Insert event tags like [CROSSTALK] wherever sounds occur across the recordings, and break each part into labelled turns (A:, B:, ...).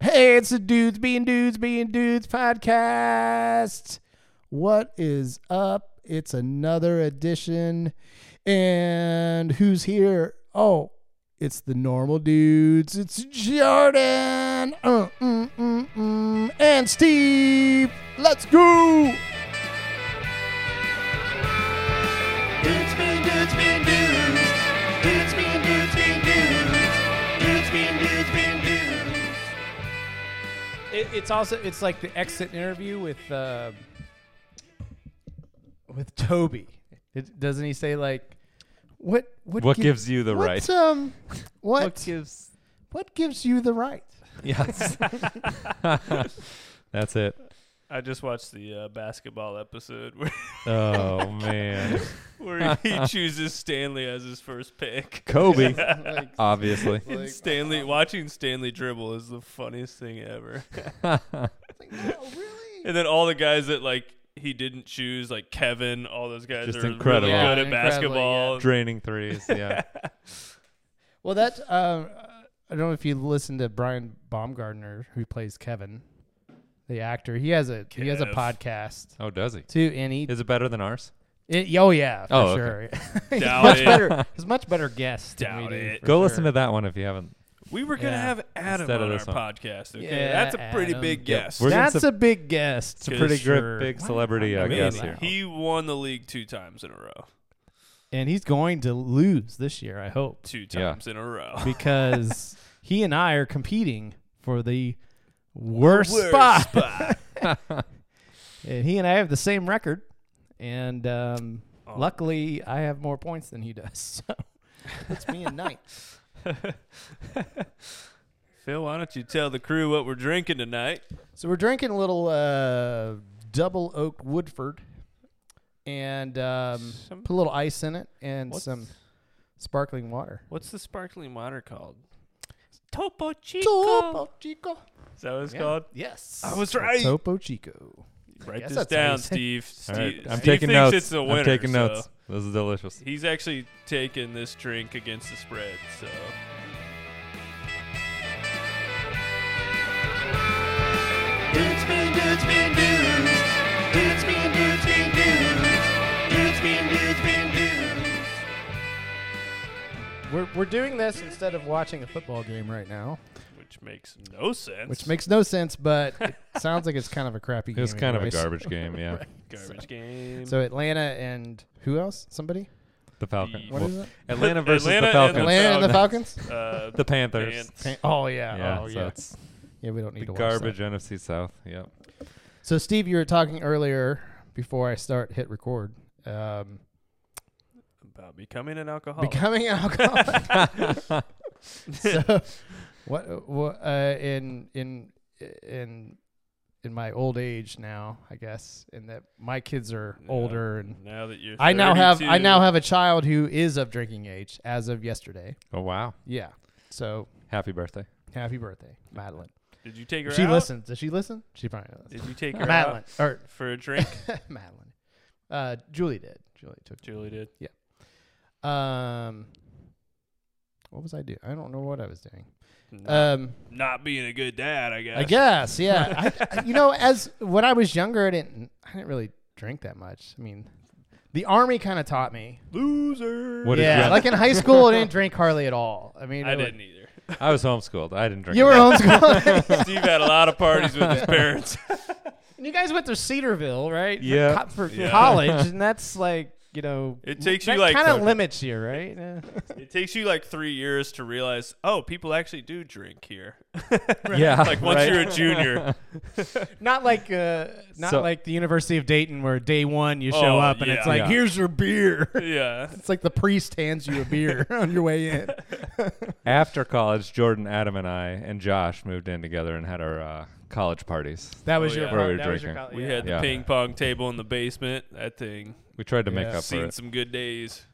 A: It's the Dudes Being Dudes Being Dudes podcast. What is up? It's another edition. And who's here? Oh, it's the normal dudes. It's Jordan uh, mm, mm, mm, and Steve. Let's go.
B: Dudes being dudes being dudes. Dudes being dudes being dudes. Dudes being dudes being dudes.
C: It, it's also it's like the exit interview with uh, with Toby. It, doesn't he say like what what,
D: What
C: gi-
D: gives you the
A: what,
D: right?
A: Um, what,
C: what gives
A: what gives you the
D: [LAUGHS]
A: right?
D: [LAUGHS] Yes.
A: [LAUGHS]
D: That's it.
E: I just watched the uh, basketball episode [LAUGHS] where,
A: [LAUGHS]
D: Oh man.
E: where
D: [LAUGHS]
E: he chooses Stanley as his first pick.
D: Kobe,
A: [LAUGHS] Like,
D: obviously.
E: And
D: uh,
E: Stanley watching Stanley dribble is the funniest thing ever. [LAUGHS]
A: like, no, really?
E: and then all the guys that like he didn't choose, like Kevin, all those guys
D: Just
E: are
D: incredible.
E: really
D: Yeah,
E: good at
C: incredibly,
E: basketball.
D: Draining threes,
A: [LAUGHS]
D: yeah.
A: Well, that um, I don't know if you listen to Brian Baumgartner, who plays Kevin, the actor. He has a he has a
E: Kev.
A: podcast
D: Oh, does he?
A: too, and he
D: Is it better than ours?
A: it, oh yeah, for
D: Oh, okay.
A: sure. [LAUGHS] he's
E: Doubt
A: much
E: it.
A: better. He's much better guest. than we
E: Doubt
A: do,
E: it.
A: for
D: Go
A: sure.
D: listen to that one if you haven't.
E: We were gonna
A: Yeah.
E: have Adam
D: Instead of
E: on our
D: this one.
E: podcast. Okay,
A: Yeah,
E: that's a pretty
A: Adam.
E: big
D: Yep,
E: guess.
D: we're gonna
A: That's
D: sub-
A: a big guest.
D: It's a
A: for
D: pretty gr-
A: sure.
D: big celebrity
A: Wow.
D: uh,
E: I mean,
D: guest
A: Amazing.
D: here.
E: he won the league two times in a row.
A: and he's going to lose this year, I hope,
E: Two
D: Yeah.
E: times in a row.
D: [LAUGHS]
A: because he and I are competing for the worst,
E: [LAUGHS] Worst
A: spot. and he and I have the same record, and um,
E: Oh.
A: luckily I have more points than he does. [LAUGHS] So it's me in ninth.
E: Phil, why don't you tell the crew what we're drinking tonight?
A: [LAUGHS] So we're drinking a little uh, double oak Woodford, and um,
E: Some-
A: put a little ice in it and
E: What's-
A: some sparkling water.
E: What's the sparkling water called? Topo Chico.
A: Topo Chico.
E: Is that what it's
A: Yeah.
E: called?
A: Yes.
E: I was right.
A: Topo Chico.
E: Write
A: Yes,
E: this
A: that's how you
E: down,
A: say it.
E: Steve.
D: All
E: Steve,
D: right, I'm
E: Steve
D: taking
E: thinks
D: notes.
E: It's a winner,
D: I'm taking
E: so
D: notes. This is delicious.
E: He's actually taking this drink against the spread. So
B: Dudes being dudes being dudes. Dudes being dudes being dudes. Dudes being dudes being dudes.
A: We're, we're doing this instead of watching a football game right now,
E: which makes no sense.
A: which
E: [LAUGHS]
A: makes no sense, but it sounds like it's kind of a crappy
D: It
A: game.
D: was kind of a
A: anyways.
D: garbage game, yeah.
A: [LAUGHS]
E: garbage game.
A: So Atlanta and who else? Somebody?
D: The Falcons.
A: What is it?
D: Atlanta versus the
E: Atlanta and
D: Falcons.
E: the
A: Atlanta and the Falcons? [LAUGHS]
E: uh,
D: The Panthers.
E: Pants.
A: Pa- Oh, yeah.
D: Yeah,
A: oh,
D: so
A: yeah.
D: it's
A: yeah, we don't need
D: the
A: to watch
D: garbage
A: That.
D: NFC South. Yep.
A: So, Steve, you were talking earlier before I start hit record. Um,
E: about becoming an
D: Oh.
E: alcoholic. [LAUGHS]
A: becoming an alcoholic.
D: [LAUGHS]
A: so, what, what uh, in in in in my old age now, I guess, and that my kids are
E: Yeah.
A: [LAUGHS] older and
E: now that you're,
A: I now have I
E: 32.
A: now have a child who is of drinking age as of yesterday.
D: Oh wow.
A: Yeah. So
D: Happy
A: [LAUGHS]
D: birthday.
A: happy birthday, Madeline.
E: Did you take her?
A: If she
E: out?
A: listens. Does she listen? She probably listens.
E: Did
A: [LAUGHS]
E: you take her
A: Madeline
E: out
A: or
E: for a [LAUGHS] drink?
A: [LAUGHS] Madeline. Uh, Julie did. Julie took.
E: Julie did.
A: Um, what was I doing? I don't know what I was doing.
E: Not,
A: Um,
E: not being a good dad, I guess.
A: I guess
E: [LAUGHS]
A: yeah. I, I- you know, as when I was younger, I didn't I didn't really drink that much. I mean, the army kind of taught me.
E: Loser.
D: What did you
A: yeah,
D: have?
A: like in high school, I
E: [LAUGHS]
A: didn't drink hardly at all. I mean,
E: I
A: it was-
E: didn't either.
D: I was homeschooled. I didn't drink.
A: You
D: at
A: were
E: [LAUGHS]
D: all.
A: homeschooled.
E: Steve had a lot of parties with his parents.
A: And you guys went to Cedarville, right? For
D: Yeah.
A: co- For,
E: Yeah.
A: college, and that's like you know,
E: It takes
A: that
E: you, like,
A: kind of
E: the-
A: limits you,
E: [LAUGHS]
A: right? Yeah.
E: It takes you like three years to realize, oh, people actually do drink here.
D: [LAUGHS]
A: [LAUGHS]
D: Yeah.
E: like once you're a junior,
A: not like uh, not
D: So-
A: like the University of Dayton, where day one you show
E: Oh,
A: up and
E: yeah.
A: it's like
D: Yeah.
A: here's your beer. [LAUGHS]
E: yeah.
A: It's like the priest hands you a beer [LAUGHS] on your way in.
D: After college, Jordan, Adam, and I and Josh moved in together and had our uh, college parties.
A: That was
E: Oh,
A: your,
E: yeah.
A: pro-
D: Where we were
A: that was your
D: drinking.
A: college-
E: We
A: yeah.
E: had the
D: Yeah.
E: ping pong table in the basement. That thing
D: We tried to make
A: Yeah.
D: up for
E: seen
D: it.
E: some good days.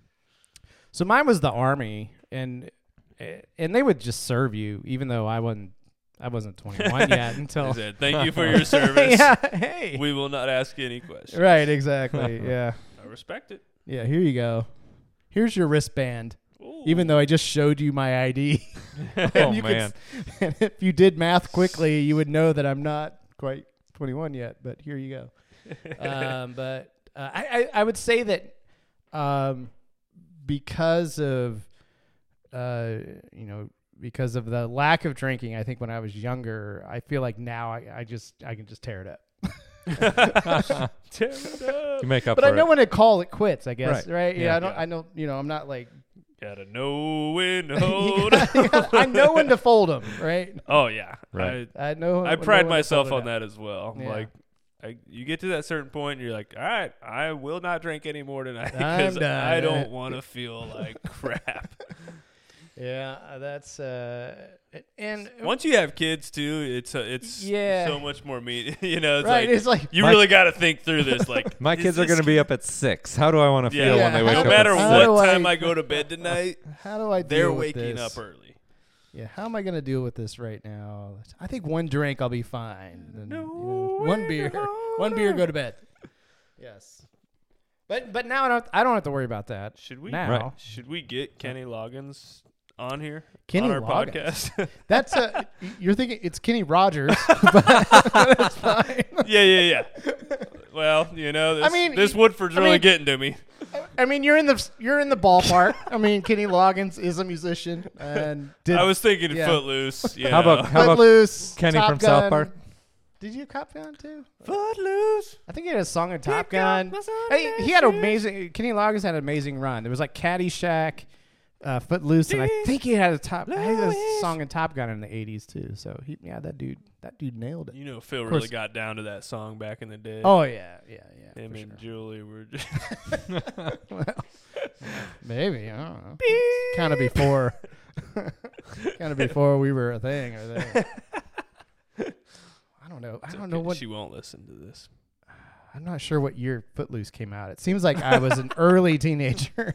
A: So mine was the army, and eh, and they would just serve you, even though I wasn't I
E: [LAUGHS]
A: wasn't 21 yet
E: I
A: until
E: said, Thank you for your service.
A: Oh. [LAUGHS] yeah, hey,
E: We will not ask any questions.
A: right,
D: [LAUGHS]
A: exactly, yeah.
E: I respect it.
A: Yeah, here you go. Here's your wristband.
E: Ooh.
A: Even though I just showed you my ID. [LAUGHS]
D: Oh,
A: you Could, s-
D: man.
A: and if you did math quickly, you would know that I'm not quite 21 yet. But here you go. um, but uh, I, I, I would say that um, because of uh, you know because of the lack of drinking, I think when I was younger, I feel like now I, I just I can just tear it up.
E: [LAUGHS] Tear it up.
D: You make up
A: But
D: for
A: I know
D: it.
A: when to call it quits. I guess
D: Right.
A: right. Yeah,
D: Yeah.
A: I don't.
E: Yeah.
A: I don't. You know, I'm not like [LAUGHS]
E: Gotta know when to
A: You
E: hold.
A: gotta- you gotta- [LAUGHS] I know when to fold them. Right.
E: oh yeah,
D: Right.
A: I know.
E: I, I
A: when- know
E: pride
A: when to
E: myself
A: fold
E: on
A: it up.
E: that as well. I'm
A: Yeah.
E: Like, I, you get to that certain point, and you're like, all right, I will not drink anymore tonight [LAUGHS]
A: I'm
E: because
A: done.
E: I don't want to feel
A: [LAUGHS]
E: like crap.
A: Yeah, that's uh, and
E: Once you have kids too, it's a, it's
A: Yeah.
E: so much more meat. [LAUGHS] You know, it's
A: right.
E: like
A: it's like
E: you
D: My-
E: really got to think through this. Like,
D: [LAUGHS] My
E: is
D: kids are
E: this-
D: going to be up at six. How do I want to
E: Yeah.
D: feel
A: Yeah,
D: when they
A: how
D: wake
A: do-
D: up?
E: No
D: at
E: matter
D: six?
A: How do
E: what
A: I-
E: time I go
A: [LAUGHS]
E: to bed tonight,
A: how do I? Deal
E: they're
A: with
E: waking
A: this?
E: up early.
A: Yeah, how am I gonna deal with this right now? I think one drink, I'll be fine. And, you know, one beer, [LAUGHS] one beer, go to bed. yes, but but now I don't. I don't have to worry about that.
E: Should we?
A: now?
D: Right.
E: Should we get Kenny Loggins on here
A: Kenny
E: on our
A: Loggins?
E: podcast? [LAUGHS]
A: That's a. you're thinking it's Kenny Rogers.
E: yeah, yeah, yeah. Well, you know, this,
A: mean,
E: this
A: y-
E: Woodford's
A: I
E: really
A: mean-
E: getting to me.
A: I mean, you're in the you're in the ballpark. I mean, Kenny Loggins is a musician and did
E: I was thinking
A: yeah.
E: Footloose. You
D: How about-
E: know. [LAUGHS]
D: how about
A: Footloose,
D: Kenny
A: Top
D: from South
A: Gun.
D: Park?
A: Did you Top Gun too?
E: Footloose?
A: I think he had a song in Top
E: Pick up
A: Gun.
E: my Sunday
A: Hey, he had an
E: shoes.
A: amazing. Kenny Loggins had an amazing run. There was like Caddyshack, uh, Footloose, and I
E: Dear
A: think he had a top. I had a
E: Lois.
A: song in Top Gun in the '80s too. So he, yeah, that dude, that dude nailed it.
E: You know, Phil
A: course.
E: really got down to that song back in the day.
A: Oh yeah, yeah, yeah.
E: him
A: for
E: and
A: sure.
E: Julie
A: [LAUGHS]
E: were just
A: Maybe I don't know. [LAUGHS] Kind of before, kind of before we were a thing
E: [LAUGHS]
A: or there. I don't know. I don't know what.
E: She won't listen to this. [LAUGHS]
A: I'm not sure what year Footloose came out. It seems like I [LAUGHS] was an early teenager,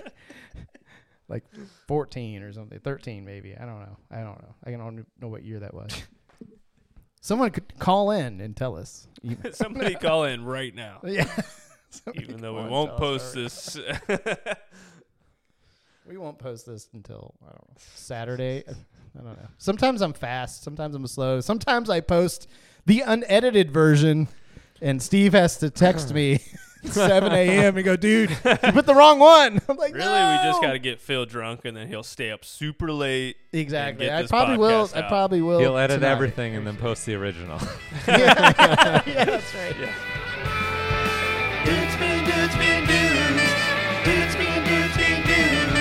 A: [LAUGHS] like 14 or something, 13 maybe. I don't know. I don't know. I don't know what year that was. [LAUGHS] Someone could call in and tell us. [LAUGHS] Even-
E: Somebody call in right now.
A: yeah. [LAUGHS] Somebody
E: Even
A: could
E: though
A: call
E: we
A: and
E: won't
A: tell us
E: post
A: our-
E: this. [LAUGHS]
A: We won't post this until I don't know [LAUGHS] Saturday. I don't know. Sometimes I'm fast. Sometimes I'm slow. Sometimes I post the unedited version, and Steve has to text [LAUGHS] me. 7 a.m. and go, dude, you put the wrong one. [LAUGHS] I'm like,
E: really, we just
A: "No."
E: got to get Phil drunk, and then he'll stay up super late.
A: Exactly.
E: get
A: I
E: this
A: probably will.
E: podcast
A: I
E: out.
A: probably will.
D: He'll edit
A: tonight.
D: everything [LAUGHS] and then post the original.
A: [LAUGHS]
D: [LAUGHS]
A: yeah, that's right.
F: Dudes being dudes being dudes. Dudes being dudes being dudes.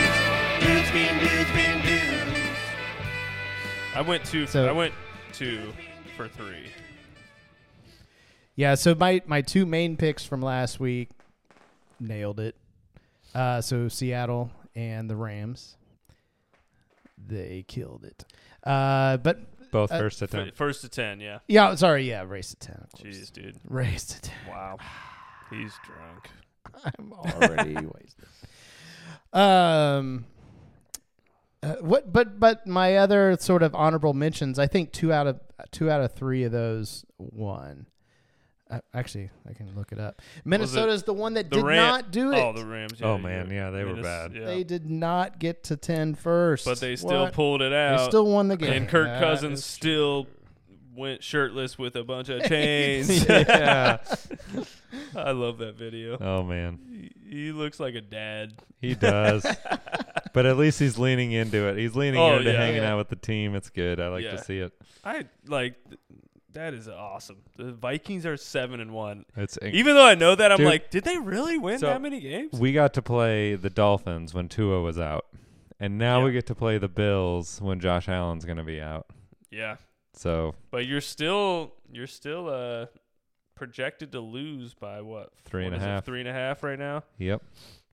F: Dudes being dudes being dudes.
E: I went two.
A: So-
E: I went two for three.
A: Yeah. So my my two main picks from last week nailed it. Uh, so Seattle and the Rams, they killed it. Uh, but
D: Both
A: Uh,
D: first
E: F-
D: attempt.
E: First to ten, yeah.
A: yeah, sorry. Yeah, race to ten. Of course.
E: Jeez, dude.
A: Race to ten. [SIGHS]
E: Wow. He's drunk.
A: I'm
E: [LAUGHS]
A: already wasted. Um, uh, what? But but my other sort of honorable mentions. I think two out of two out of three of those won. Uh, actually, I can look it up. Minnesota's the one that
E: The
A: did
E: Ram-
A: not do it.
E: Oh, the Rams. Yeah,
D: Oh,
E: you're
D: man,
E: right.
D: yeah, they were
E: Minnes-
D: bad.
E: yeah.
A: They did not get to 10 first.
E: But they still
A: What?
E: pulled it
A: They
E: out.
A: still won the game.
E: and Kirk
A: That
E: Cousins
A: is-
E: still went shirtless with a
A: [LAUGHS]
E: bunch of [LAUGHS] chains.
D: yeah.
E: I love that video.
D: Oh man,
E: He, he looks like a dad.
D: he does. but at least he's leaning into it. He's leaning
E: Oh,
D: into
E: yeah.
D: hanging
A: Yeah.
D: out with the team. It's good. I like
E: Yeah.
D: to see it.
E: I like th- that is awesome. The Vikings are 7 and 1.
D: It's inc-
E: Even though I know that I'm
D: Dude.
E: like, did they really win
D: So-
E: that many games?
D: we got to play the Dolphins when Tua was out, and now we
E: Yeah.
D: get to play the Bills when Josh Allen's going to be out.
E: yeah.
D: So
E: But you're still you're still uh projected to lose by what?
D: Three and
E: what
D: a
E: is it,
D: half.
E: three and a half right now.
D: yep,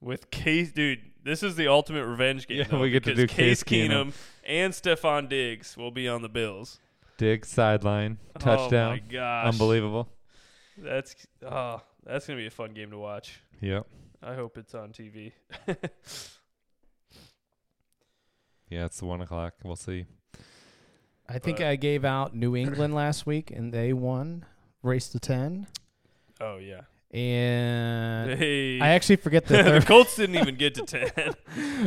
E: With Case, dude, this is the ultimate revenge game.
D: Yeah,
E: though,
D: we get to
E: because
D: do Case Keenum.
E: and Stephon Diggs will be on the Bills.
D: dig sideline
E: Oh my
D: touchdown,
E: gosh,
D: unbelievable.
E: That's oh, that's gonna be a fun game to watch.
D: Yep,
E: I hope it's on TV.
D: yeah, it's the one o'clock.
E: [LAUGHS]
D: We'll see.
A: I think
E: but-
A: I gave out New England last week and they won race to 10.
E: oh yeah,
A: and
E: Hey. [LAUGHS]
A: I actually forget the
E: the
A: third.
E: Colts didn't even get to 10.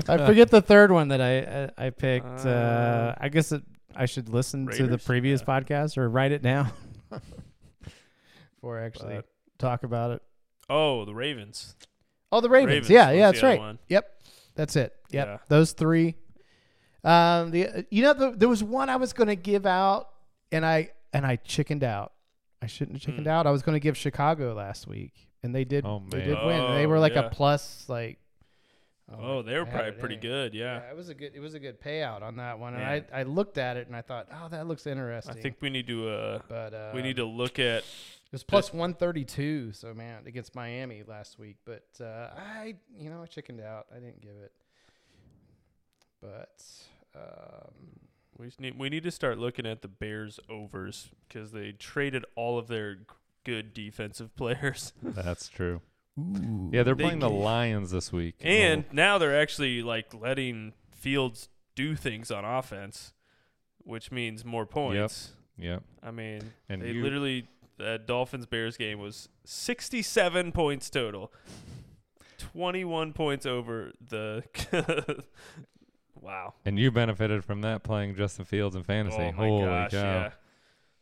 A: I forget the third one that I I, I picked. Uh,
E: Uh,
A: I guess it, I should listen to the
E: Raiders?
A: previous
E: Yeah.
A: podcast or write it down [LAUGHS] before I actually
E: But-
A: talk about it.
E: [LAUGHS] Oh, the Ravens.
A: Oh, the Ravens.
E: Ravens
A: yeah, yeah,
E: was the
A: that's
E: other
A: right.
E: one.
A: Yep, that's it. Yep,
E: Yeah.
A: those three. Um, the you know the, there was one I was going to give out, and I and I chickened out. I shouldn't have chickened
E: Hmm.
A: out. I was going to give Chicago last week, and they did.
D: Oh,
A: they
D: man.
A: did win. They
E: Oh,
A: were like
E: yeah.
A: a plus like.
E: Oh, they were
A: I had
E: probably
A: it
E: pretty
A: in.
E: good. Yeah.
A: Yeah, it was a good. It was a good payout on that one, and
E: Yeah.
A: I, I looked at it and I thought, oh, that looks interesting.
E: I think we need to uh
A: but uh,
E: we need to
D: Um,
E: look at
A: It was plus one thirty two. So man, against Miami last week, but uh, I, you know, I chickened out. I didn't give it. But um,
E: we just need we need to start looking at the Bears overs cuz they traded all of their g- good defensive [LAUGHS] players.
D: That's true. Yeah, they're
E: They
D: playing the
E: can-
D: Lions this week.
E: And
D: Oh.
E: now they're actually like letting Fields do things on offense, which means more points.
D: Oh, Yep.
E: I mean,
D: And
E: they
D: you-
E: literally that Dolphins Bears game was 67 points total. 21 points over the [LAUGHS] Wow.
D: And you benefited from that playing Justin Fields in fantasy.
E: Oh my
D: Holy
E: gosh,
D: cow.
E: yeah.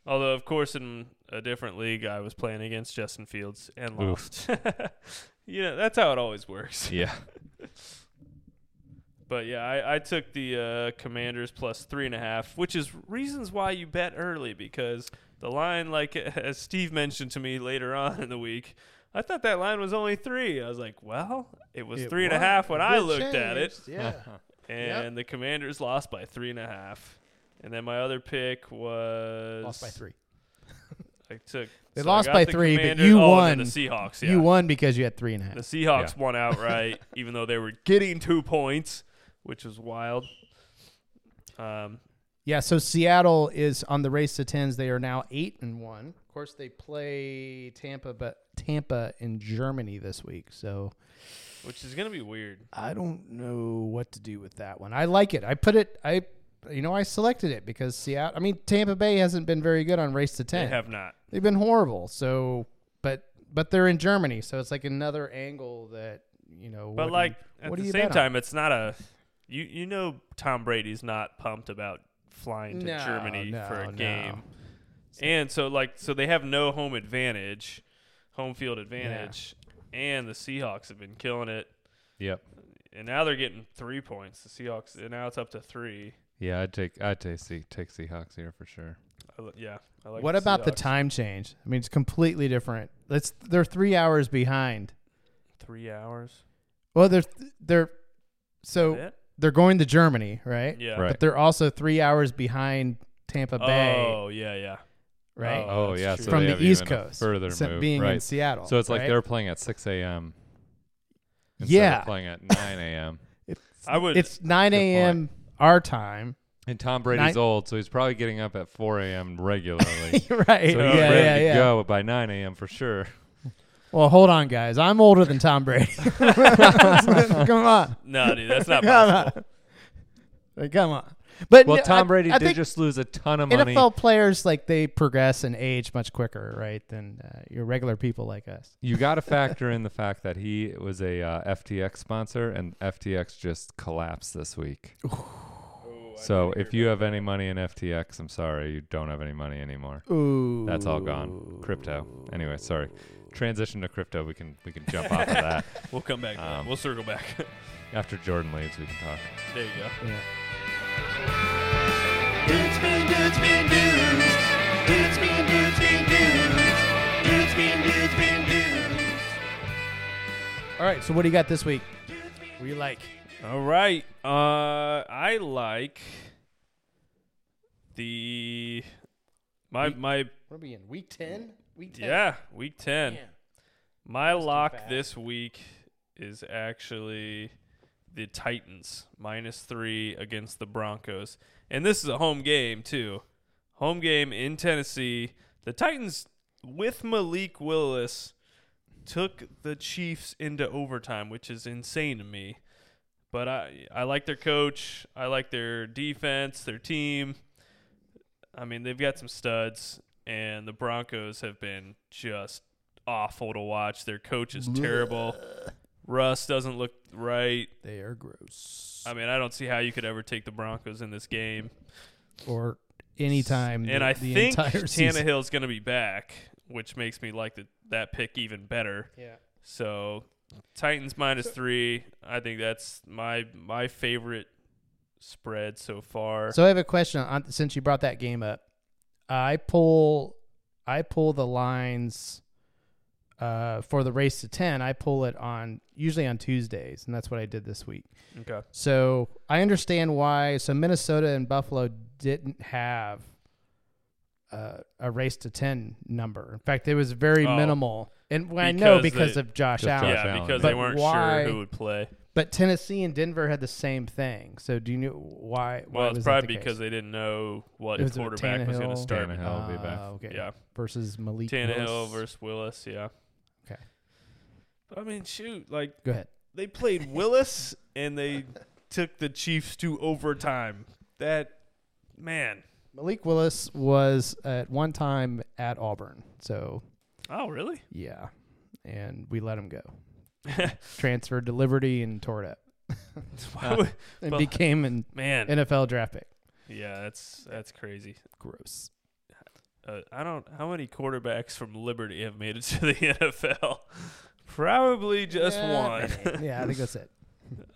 E: Although of course in a different league I was playing against Justin Fields and
D: Oof.
E: lost. [LAUGHS] you know, that's how it always works.
D: [LAUGHS] Yeah.
E: But yeah, I, I took the uh, Commanders plus three and a half, which is reasons why you bet early because the line, like [LAUGHS] as Steve mentioned to me later on in the week, I thought that line was only three. I was like, well, it was
A: it
E: three and a
A: wa-
E: half when I
A: it
E: looked at it,
A: changed, [LAUGHS]
E: [LAUGHS]
A: Yeah. Yep.
E: and the Commanders lost by three and a half. And then my other pick was
A: Lost by three.
E: I took
A: They
E: so I
A: lost
E: got
A: by
E: the
A: three, but
E: Commanders-
A: you
E: oh,
A: won.
E: and then The Seahawks, yeah.
A: You won because you had three and a half.
E: The Seahawks won outright, even
A: [LAUGHS]
E: though they were getting two points, which was wild. Um,
A: Yeah, so Seattle is on the race to tens. They are now eight and one. Of course, they play Tampa, but Tampa in Germany this week. So
E: which is gonna be weird.
A: I don't know what to do with that one. I like it. I put it. I you know I selected it because Seattle. I mean Tampa Bay hasn't been very good on race to ten.
E: They have not.
A: They've been horrible. So but but they're in Germany, so it's like another angle that you know. what
E: But
A: do
E: like
A: you-
E: at
A: what do
E: the
A: you
E: same
A: bet on?
E: time, it's not a. You you know Tom Brady's not pumped about flying to
A: No,
E: Germany for
A: no, no.
E: a game, and so like so they have no home advantage, home field advantage, and the Seahawks have been killing it,
D: [LAUGHS] Yep.
E: and now they're getting three points. The Seahawks and now it's up to three.
D: Yeah, I'd take I'd take Se- take Seahawks here for sure.
E: I li- yeah, I like.
A: what about the
E: Seahawks.
A: time change? I mean, it's completely different. Let's they're three hours behind.
E: Three hours.
A: Well, they're they're so
E: Is it?
A: they're going to Germany, right?
E: Yeah.
D: Right.
A: But they're also three hours behind Tampa Bay,
E: Oh yeah yeah.
A: right?
D: Oh,
E: that's
D: yeah,
E: true.
D: so
A: From
D: they
A: the
D: have
A: East
D: even a
A: Coast,
D: further
A: except
D: move,
A: being in
D: right.
A: Seattle.
D: So it's like
A: right?
D: they're playing at 6 a.m. instead
A: Yeah.
D: of
A: [LAUGHS]
D: playing at 9 a.m.
E: I would.
A: it's nine
D: Good
A: a.m. our time,
D: [LAUGHS]
A: [LAUGHS]
D: and Tom Brady's
A: Nine-
D: old, so he's probably getting up at 4
A: [LAUGHS]
D: a.m. regularly.
A: right? yeah,
D: so he's
E: yeah,
D: ready
A: yeah,
D: to
A: yeah.
D: go by 9 a.m. for sure.
A: Well, hold on, guys. I'm older than Tom
D: [LAUGHS]
A: Brady. [LAUGHS] come on,
E: no,
A: [LAUGHS]
E: dude, that's not
A: come
E: possible.
A: on, Like, come on. But
D: Well,
A: no,
D: Tom
A: I-
D: Brady
A: I
D: did
A: think
D: just lose a ton of money.
A: NFL players like they progress and age much quicker, right? Than uh, your regular people like us.
D: you got to factor in the fact that he was a uh, FTX sponsor, and FTX just collapsed
A: [SIGHS]
D: this week. so if you have any money in FTX, I'm sorry, you don't have any money anymore.
A: Ooh,
D: That's all gone. Crypto. Anyway, sorry. Transition to crypto. We can we can jump off of
A: [LAUGHS]
D: that
E: We'll come back. to that.
D: Um,
E: we'll circle back. [LAUGHS]
D: after Jordan leaves. We can talk.
E: there you go.
A: Yeah.
G: Dudes being dudes being dudes. Dudes being dudes being dudes. Dudes being dudes being dudes.
A: All right. So what do you got this week? What do you like?
E: All right. Uh, I like the my my
A: What are we in? Week ten. Week
E: yeah week ten.
A: Damn.
E: My lock
A: bad.
E: this week is actually the Titans minus three against the Broncos, and this is a home game too. Home game in Tennessee. The Titans with Malik Willis took the Chiefs into overtime, which is insane to me. But I I like their coach. I like their defense, their team. I mean, they've got some studs and the Broncos have been just awful to watch. Their coach is terrible. Russ doesn't look right.
A: They are gross.
E: I mean, I don't see how you could ever take the Broncos in this game.
A: or anytime.
E: And
A: the,
E: I
A: the
E: think
A: entire season.
E: Tannehill's going to be back, which makes me like the, that pick even better.
A: Yeah.
E: So Titans minus three. I think that's my my favorite spread so far.
A: So I have a question on since you brought that game up. I pull I pull the lines uh, for the race to 10. I pull it on usually on Tuesdays, and that's what I did this week.
E: okay.
A: So I understand why. So Minnesota and Buffalo didn't have uh, a race to 10 number. In fact, it was very
E: Oh.
A: minimal. And when I know
E: Because
A: because
E: they-
A: of Josh
D: Just
A: Allen.
D: Josh
E: yeah,
D: Allen,
E: because
D: yeah.
E: they
A: But
E: weren't
A: why-
E: sure who would play.
A: But Tennessee and Denver had the same thing. So do you know why? why
E: Well, it's
A: was that
E: probably
A: the
E: because
A: case?
E: they didn't know what
A: It was
E: quarterback was going to
A: Tannehill.
E: start.
D: Tannehill. I'll be back.
A: Ah, okay.
E: Yeah,
A: versus Malik
E: Tannehill
A: Willis.
E: versus Willis. Yeah.
A: Okay.
E: But I mean, shoot, like
A: Go ahead.
E: they played Willis and they
A: [LAUGHS]
E: took the Chiefs to overtime. That man.
A: Malik Willis was at one time at Auburn, so
E: Oh, really? [LAUGHS]
A: yeah, and we let him go. Transferred to Liberty and tore it up,
E: Why would-
A: and
E: Well-
A: became
E: [LAUGHS]
A: an
E: man.
A: NFL draft pick.
E: yeah, that's that's crazy.
A: Gross.
E: Uh, I don't. How many quarterbacks from Liberty have made it [LAUGHS] to the NFL? Probably just one.
A: [LAUGHS] yeah, I think that's it.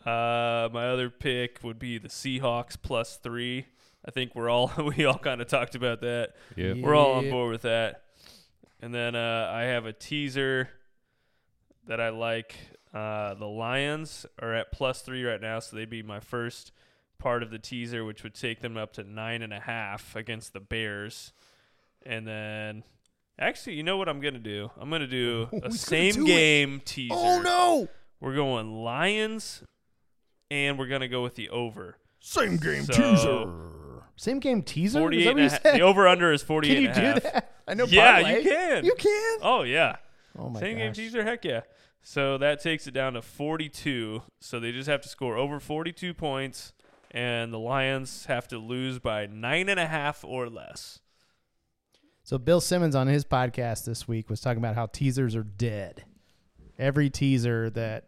E: Uh, my other pick would be the Seahawks plus three. I think we're all [LAUGHS] we all kind of talked about that.
D: Yep.
A: Yeah.
E: We're all on board with that. And then uh, I have a teaser that I like. Uh, the Lions are at plus three right now, so they'd be my first part of the teaser, which would take them up to nine and a half against the Bears. And then, actually, you know what I'm gonna do? I'm gonna do
A: [LAUGHS]
E: a same game [LAUGHS] teaser. Oh no! We're going Lions, and we're gonna go with the over.
H: Same game
E: So,
A: Same game teaser. Is
E: 48
A: that
E: and
A: what
E: a
A: you
E: ha-
A: said?
E: The over under is 48
A: [LAUGHS] Can you
E: and a
A: do
E: half.
A: that? I know.
E: Yeah,
A: parlay.
E: you can.
A: You can.
E: Oh yeah.
A: Oh my
E: Same game
A: gosh.
E: teaser, heck yeah. So that takes it down to 42. So they just have to score over 42 points, and the Lions have to lose by nine and a half or less.
A: So Bill Simmons on his podcast this week was talking about how teasers are dead. Every teaser that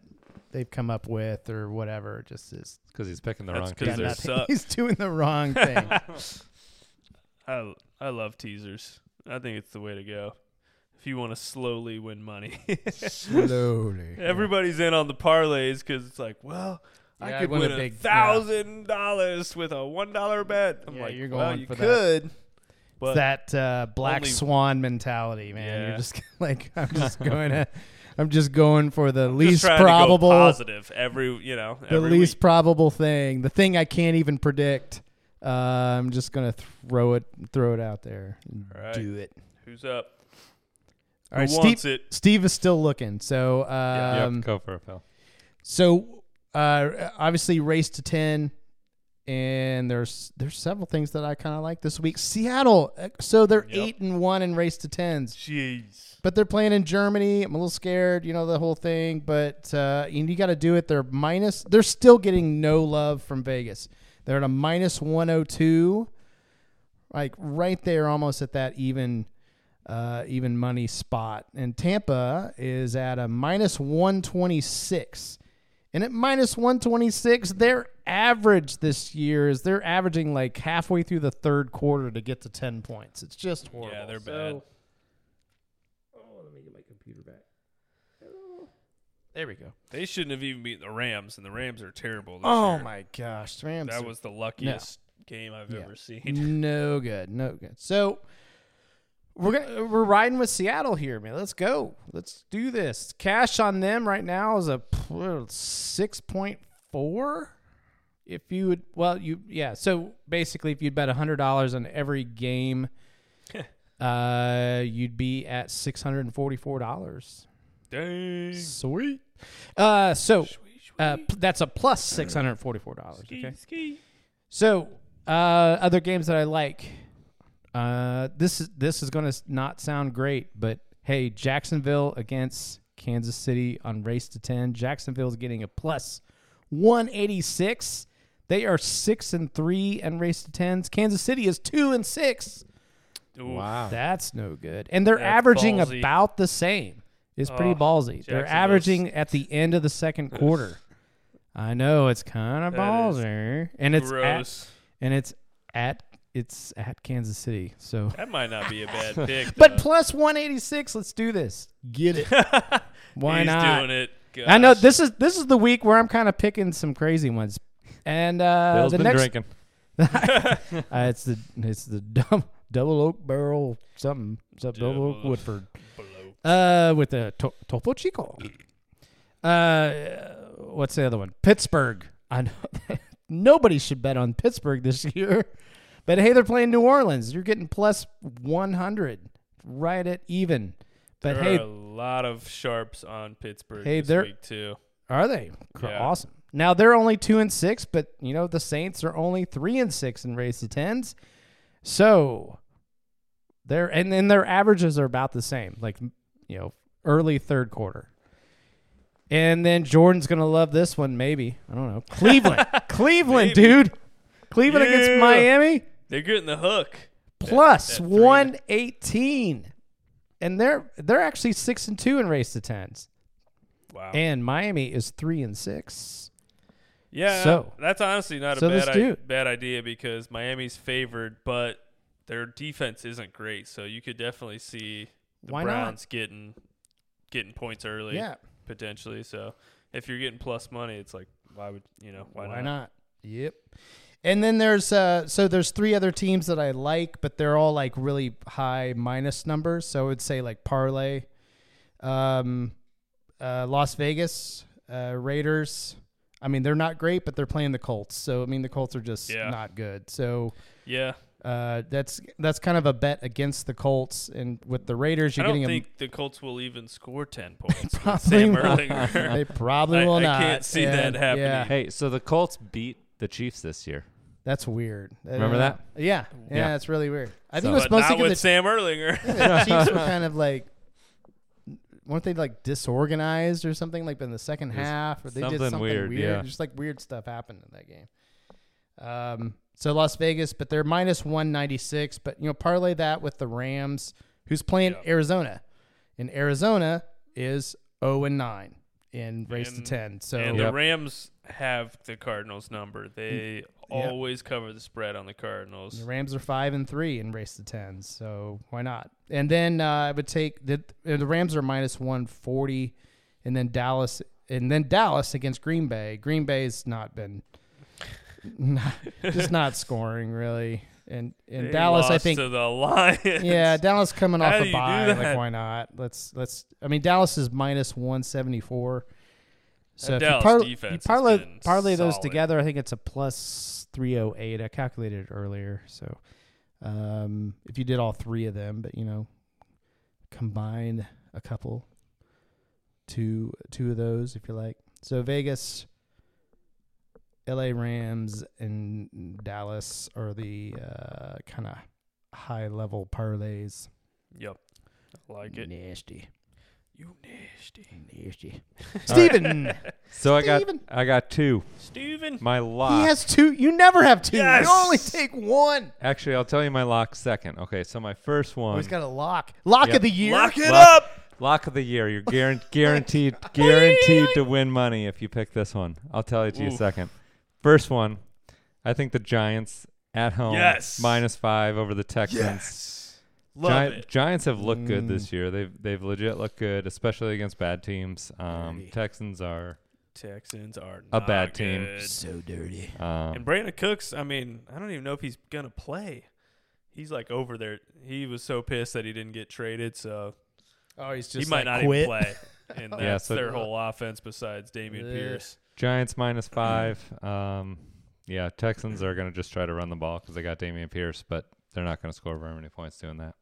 A: they've come up with or whatever just is
D: Because he's picking the
E: That's
D: wrong
E: 'cause
A: got
E: Teasers
D: teaser.
E: they're-
A: nothing. [LAUGHS]
E: suck.
A: He's doing the
E: [LAUGHS]
A: wrong thing.
E: I I love teasers. I think it's the way to go. If you want to slowly win money, [LAUGHS]
A: Slowly.
E: everybody's in on the parlays because it's like, well,
A: Yeah,
E: I
A: I'd
E: could
A: win
E: win
A: a
E: a
A: big- yeah.
E: thousand dollars with a one dollar bet. I'm
A: Yeah,
E: like,
A: you're
E: well,
A: going
E: you
A: for that.
E: could, but
A: that uh, black
E: Only-
A: swan mentality, man.
E: Yeah.
A: You're just [LAUGHS] like I'm just going to I'm just going for the least
E: just trying to go
A: probable
E: positive every you know
A: the
E: every
A: least
E: week.
A: probable thing, the thing I can't even predict. Uh, I'm just going to throw it throw it out there. and
E: All right.
A: Do it.
E: Who's up?
A: All right,
E: Who
A: Steve,
E: wants it?
A: Steve is still looking. So,
D: Yep,
A: um,
D: go for it, Phil.
A: so uh, obviously, race to ten, and there's there's several things that I kind of like this week. Seattle, uh, so they're
E: Yep.
A: eight and one in race to tens,
E: Jeez.
A: but they're playing in Germany. I'm a little scared, you know, the whole thing. But uh, you, got to do it. They're minus. They're still getting no love from Vegas. They're at a minus one hundred two, like right there, almost at that even uh, even money spot. And Tampa is at a minus 126. And at minus 126, their average this year is they're averaging like halfway through the third quarter to get to 10 points. It's just horrible.
E: Yeah, they're
A: So-
E: bad.
A: There we go.
E: They shouldn't have even beaten the Rams, and the Rams are terrible. This
A: Oh
E: year.
A: my gosh. the Rams
E: That
A: are
E: was the luckiest game I've
A: Yeah.
E: ever [LAUGHS] seen.
A: no good. No good. So we're gonna, we're riding with Seattle here, man. Let's go. Let's do this. Cash on them right now is a six point four. If you would, well, you yeah. So basically, if you'd bet hundred dollars on every game, uh, you'd be at six hundred and forty four dollars.
E: Dang.
A: Sweet. Uh, so uh, p- that's a plus six hundred forty four dollars. Okay.
E: Ski.
A: So, uh, other games that I like. Uh, this is this is going to not sound great, but hey, Jacksonville against Kansas City on race to ten. Jacksonville's getting a plus one eighty six. They are six and three and race to tens. Kansas City is two and six.
E: Wow.
A: Uh, That's no good. And they're
E: That's
A: averaging
E: ballsy.
A: about the same. is pretty
E: Oh,
A: ballsy. They're
E: Jacksonville's-
A: averaging at the end of the second quarter. I know it's kind of
E: That is
A: ballsy, and it's at,
E: Gross.
A: and it's at it's at Kansas City. So,
E: that might not be a
A: [LAUGHS]
E: bad pick.
A: but
E: though.
A: plus one eighty six. Let's do this. Get
E: [LAUGHS]
A: it. Why
E: he's
A: not?
E: doing it. Gosh.
A: I know this is this is the week where I'm kind of picking some crazy ones, and uh,
D: Bill's
A: the
D: been
A: next
D: drinking.
A: uh, it's the it's the [LAUGHS] dum, double oak barrel something something double oak
E: Double-
A: Woodford, uh, with the to- Topo Chico. Uh, what's the other one? Pittsburgh. I know [LAUGHS] nobody should bet on Pittsburgh this [LAUGHS] year, but hey, they're playing New Orleans. You're getting plus one hundred, right at even. But
E: There
A: hey,
E: are a lot of sharps on Pittsburgh
A: Hey,
E: this
A: they're-
E: week too.
A: Are they? Cr-
E: Yeah.
A: Awesome. Now they're only two and six, but you know the Saints are only three and six in race to tens. So they're and then their averages are about the same, like you know, early third quarter. And then Jordan's gonna love this one, maybe. I don't know.
E: [LAUGHS]
A: Cleveland. Cleveland,
E: Maybe.
A: dude. Cleveland
E: Yeah.
A: against Miami
E: They're getting the hook.
A: plus
E: that three-
A: one eighteen. And they're they're actually six and two in race to tens.
E: Wow.
A: And Miami is three and six.
E: yeah.
A: so-
E: that's honestly not
A: so
E: a
A: this
E: bad I-
A: dude-
E: bad idea because Miami's favored, but their defense isn't great, so you could definitely see the
A: Why not?
E: Browns getting getting points early.
A: Yeah.
E: Potentially. So if you're getting plus money, it's like why would you know why,
A: Why not? Yep. And then there's uh so there's three other teams that I like, but they're all like really high minus numbers. So I would say like parlay, um, uh, Las Vegas, uh, Raiders. I mean they're not great, but they're playing the Colts. So I mean the Colts are just
E: Yeah.
A: not good. So
E: Yeah.
A: uh, that's that's kind of a bet against the Colts, and with the Raiders
E: I
A: you're
E: don't
A: getting
E: think the Colts will even
A: [LAUGHS]
E: score ten points. with
A: Probably
E: Sam
A: not.
E: Erlinger.
A: them. They probably
E: I-
A: will
E: I
A: not.
E: can't see that
A: and,
E: happening.
A: Yeah,
D: Hey, so the Colts beat the Chiefs this year.
A: that's weird.
D: Remember
A: Uh,
D: that?
A: Yeah, yeah,
D: Yeah.
A: that's really weird. [LAUGHS] I
E: [LAUGHS]
D: So-
A: think it was
E: but
A: supposed to
E: not
A: give
E: with
A: the [LAUGHS]
E: Sam Erlinger.
A: the Chiefs
D: [LAUGHS]
A: were kind of like weren't they like disorganized or something like in the second
D: was
A: half or they did
D: something
A: something weird,
D: weird, yeah.
A: just like weird stuff happened in that game um so las vegas but they're minus 196 but you know parlay that with the rams who's playing arizona and arizona is 0 and 9 in race to
E: And-
A: 10 so
E: and the
D: Yep.
E: Rams have the Cardinals number. They always cover the spread on the Cardinals.
A: The Rams are five and three in race to ten, so why not? And then uh, I would take the uh, the Rams are minus one forty, and then Dallas, and then Dallas against Green Bay. Green Bay's not been, [LAUGHS] not, just not scoring really, and and
E: They
A: Dallas I
E: lost
A: think
E: to the [LAUGHS] Lions.
A: [LAUGHS] yeah Dallas coming
E: How
A: off
E: do
A: a
E: you do
A: bye like
E: that?
A: why not? Let's let's I mean Dallas is minus one seventy four. So
E: That
A: if you,
E: Dallas
A: parla-
E: defense
A: you
E: has
A: parlay,
E: been
A: parlay those
E: solid.
A: together, I think it's a plus 308. I calculated it earlier. So um, if you did all three of them, but you know, combine a couple, two two of those if you like. So Vegas, LA Rams, and Dallas are the uh, kind of high level parlays.
E: Yep. I like it.
A: Nasty.
E: You nasty.
A: Nasty.
D: All right.
A: Steven.
D: So I got
A: Steven.
D: I got two.
E: Steven.
D: My lock.
A: He has two. You never have two.
E: Yes.
A: You only take one.
D: Actually, I'll tell you my lock second. Okay, so my first one.
A: Oh, he's got a lock. Lock
D: Yep.
A: of the year.
E: Lock it
D: Lock-
E: up.
D: Lock of the year.
A: [LAUGHS]
D: You're guaran- guaranteed guaranteed to win money if you pick this one. I'll tell it to you
E: Oof.
D: second. First one, I think the Giants at home
E: Yes.
D: minus five over the Texans.
E: Love
D: Giant-
E: it.
D: Giants have looked good
A: Mm.
D: this year. They've they've legit looked good, especially against bad teams. Um, Texans are
E: Texans are
D: A
E: not
D: bad team.
E: good. And
D: um,
E: Brandon Cooks, I mean, I don't even know if he's gonna play. He's like over there. He was so pissed that he didn't get traded, so
A: Oh, he's
E: he might not
A: quit.
E: even
A: [LAUGHS]
E: play. And that's
D: so-
E: their whole offense besides Damian
A: Ugh. [LAUGHS]
E: Pierce.
A: [CLEARS THROAT]
D: Giants minus
A: Mm-hmm.
D: five. Um, yeah, Texans are going to just try to run the ball because they got Damian Pierce, but they're not going to score very many points doing that.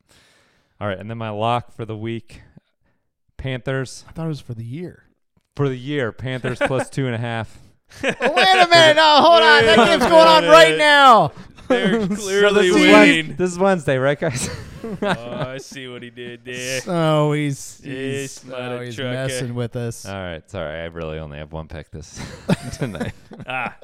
D: All right, and then my lock for the week: Panthers
A: I thought it was for the year.
D: for the
A: [LAUGHS]
D: year. Panthers plus two and a half.
A: oh, wait a minute. No, hold on. That
E: Wait
A: game's
E: a
A: going on right
E: minute.
A: now.
E: They're
D: this,
E: clearly
D: is Wed-
E: winning.
D: this is Wednesday, right, guys? [LAUGHS]
E: oh,
A: Uh.
E: I see what he
A: [LAUGHS]
E: did there.
A: Oh, he's,
E: Yes,
A: he's,
E: mother
A: oh, he's
E: trucker.
A: messing with us.
D: All right, sorry, I really only have one pick
A: [LAUGHS]
D: this [LAUGHS] tonight.
E: Ah,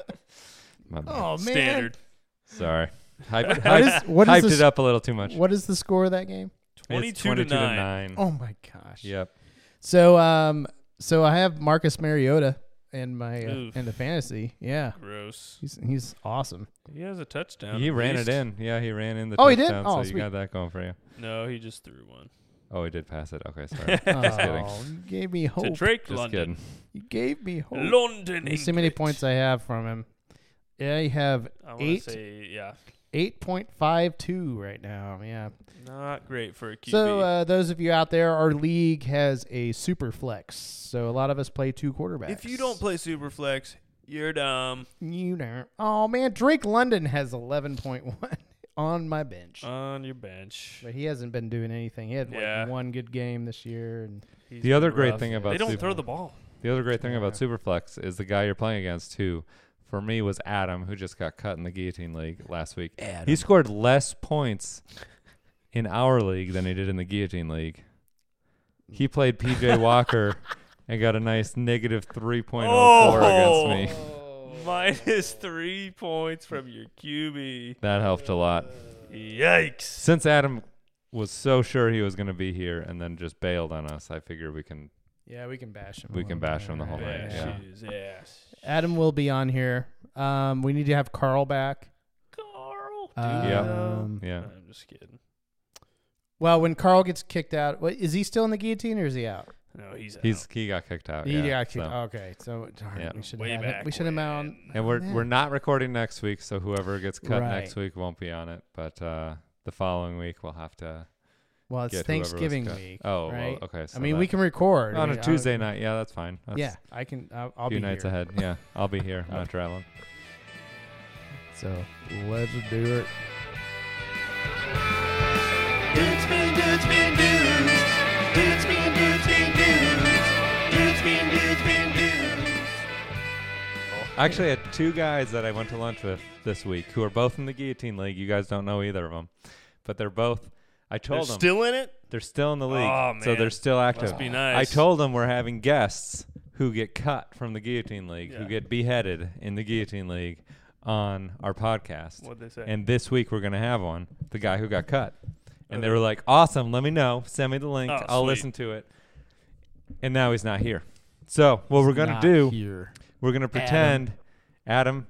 D: My bad.
A: oh, man.
E: standard.
D: Sorry, hyped,
A: What
D: [LAUGHS]
A: is, what,
D: hyped
A: is
D: it
A: the,
D: up a little too much. Mm.
A: what is the score of that game?
D: It's
E: 22 to 9.
A: Oh, my gosh.
D: Yep.
A: So um, so I have Marcus Mariota in my uh,
E: Oof.
A: in the fantasy. Yeah,
E: Gross.
A: he's he's awesome.
E: He has a touchdown.
D: He
E: at
D: ran
E: least.
D: it in. Yeah, he ran in the
A: Oh, he did?
D: touchdown,
A: Oh,
D: so
A: sweet.
D: you got that going for you.
E: No, he just threw one.
D: Oh, he did pass it.
A: [LAUGHS]
D: Okay, sorry.
A: Just
D: kidding.
A: Oh, You gave me
E: To
A: hope.
E: Drake
D: Just
E: London.
D: kidding.
A: you gave me hope.
E: London.
A: You see how many points I have from him. Yeah, I have
E: I want
A: eight.
E: to say, yeah.
A: 8.52 right now. Yeah.
E: Not great for a QB.
A: So, uh, those of you out there, our league has a super flex. So, a lot of us play two quarterbacks.
E: if you don't play Superflex, you're dumb.
A: you don't. Oh, man. Drake London has 11.1 [LAUGHS] on my bench.
E: On your bench.
A: but he hasn't been doing anything. He had like,
E: Uh, Yeah.
A: one good game this year. And
E: He's
D: The other
E: been
D: great
E: rough.
D: thing about
E: They don't [LAUGHS]
D: Super-
E: throw the ball.
D: The other great thing about Superflex is the guy you're playing against, who for me was Adam, who just got cut in the guillotine league last week. He scored less points in our league than he did in the guillotine league.
A: Mm.
D: He
A: [LAUGHS]
D: played PJ Walker and got a nice negative 3.04
A: Oh!
D: against me.
E: Oh, Minus three points from your QB.
D: That helped a lot.
E: Yikes.
D: Since Adam was so sure he was going to be here and then just bailed on us, I figure we can
A: yeah, we can bash him.
D: we can bash him the whole night.
E: Bash
D: Yeah.
E: his ass.
A: Adam will be on here. Um, we need to have Carl back.
E: Carl. Do
A: Um,
E: we
D: Uh, Yeah.
E: though?
D: Yeah.
E: I'm just kidding.
A: Well, when Carl gets kicked out, what, is he still in the guillotine or is he out?
E: No, he's out.
D: He's he got kicked out.
A: He
D: Oh, yeah,
A: got kicked-
D: so-
A: Okay, so darn,
D: Yeah.
A: we should
E: Way
A: have
E: back
A: we should have on.
D: And we're we're not recording next week, so whoever gets cut
A: Right.
D: next week won't be on it. But uh, the following week we'll have to
A: Well, it's
D: get whoever was
A: Thanksgiving
D: cut.
A: week.
D: Oh,
A: right?
D: well, okay. So
A: I mean,
D: that-
A: we can record
D: on
A: I
D: a
A: mean, I'll-
D: Tuesday night. Yeah, that's fine. That's
A: yeah, I can. I'll,
D: a
A: I'll
D: few
A: be
D: nights
A: here.
D: ahead. Yeah, I'll be here.
A: [LAUGHS]
D: I'm not traveling.
A: So let's do it.
G: Dudes being dudes being dudes. Dudes being dudes being dudes. Dudes being dudes being dudes.
D: I actually had two guys that I went to lunch with this week who are both in the guillotine league. You guys don't know either of them, but they're both. I
E: They're
D: told them
E: still in it?
D: they're still in the league,
E: Oh,
D: so
E: man.
D: they're still active.
E: Must be nice.
D: I told them we're having guests who get cut from the guillotine league, who
E: Yeah.
D: get beheaded in the guillotine league on our podcast.
E: What'd they say?
D: And this week we're going to have one, the guy who got cut. And they
E: Okay.
D: were like, awesome, let me know. Send me the link.
E: Oh,
D: I'll
E: sweet.
D: listen to it. And now he's not here. So, what we're going to do,
A: here.
D: we're going to pretend Adam.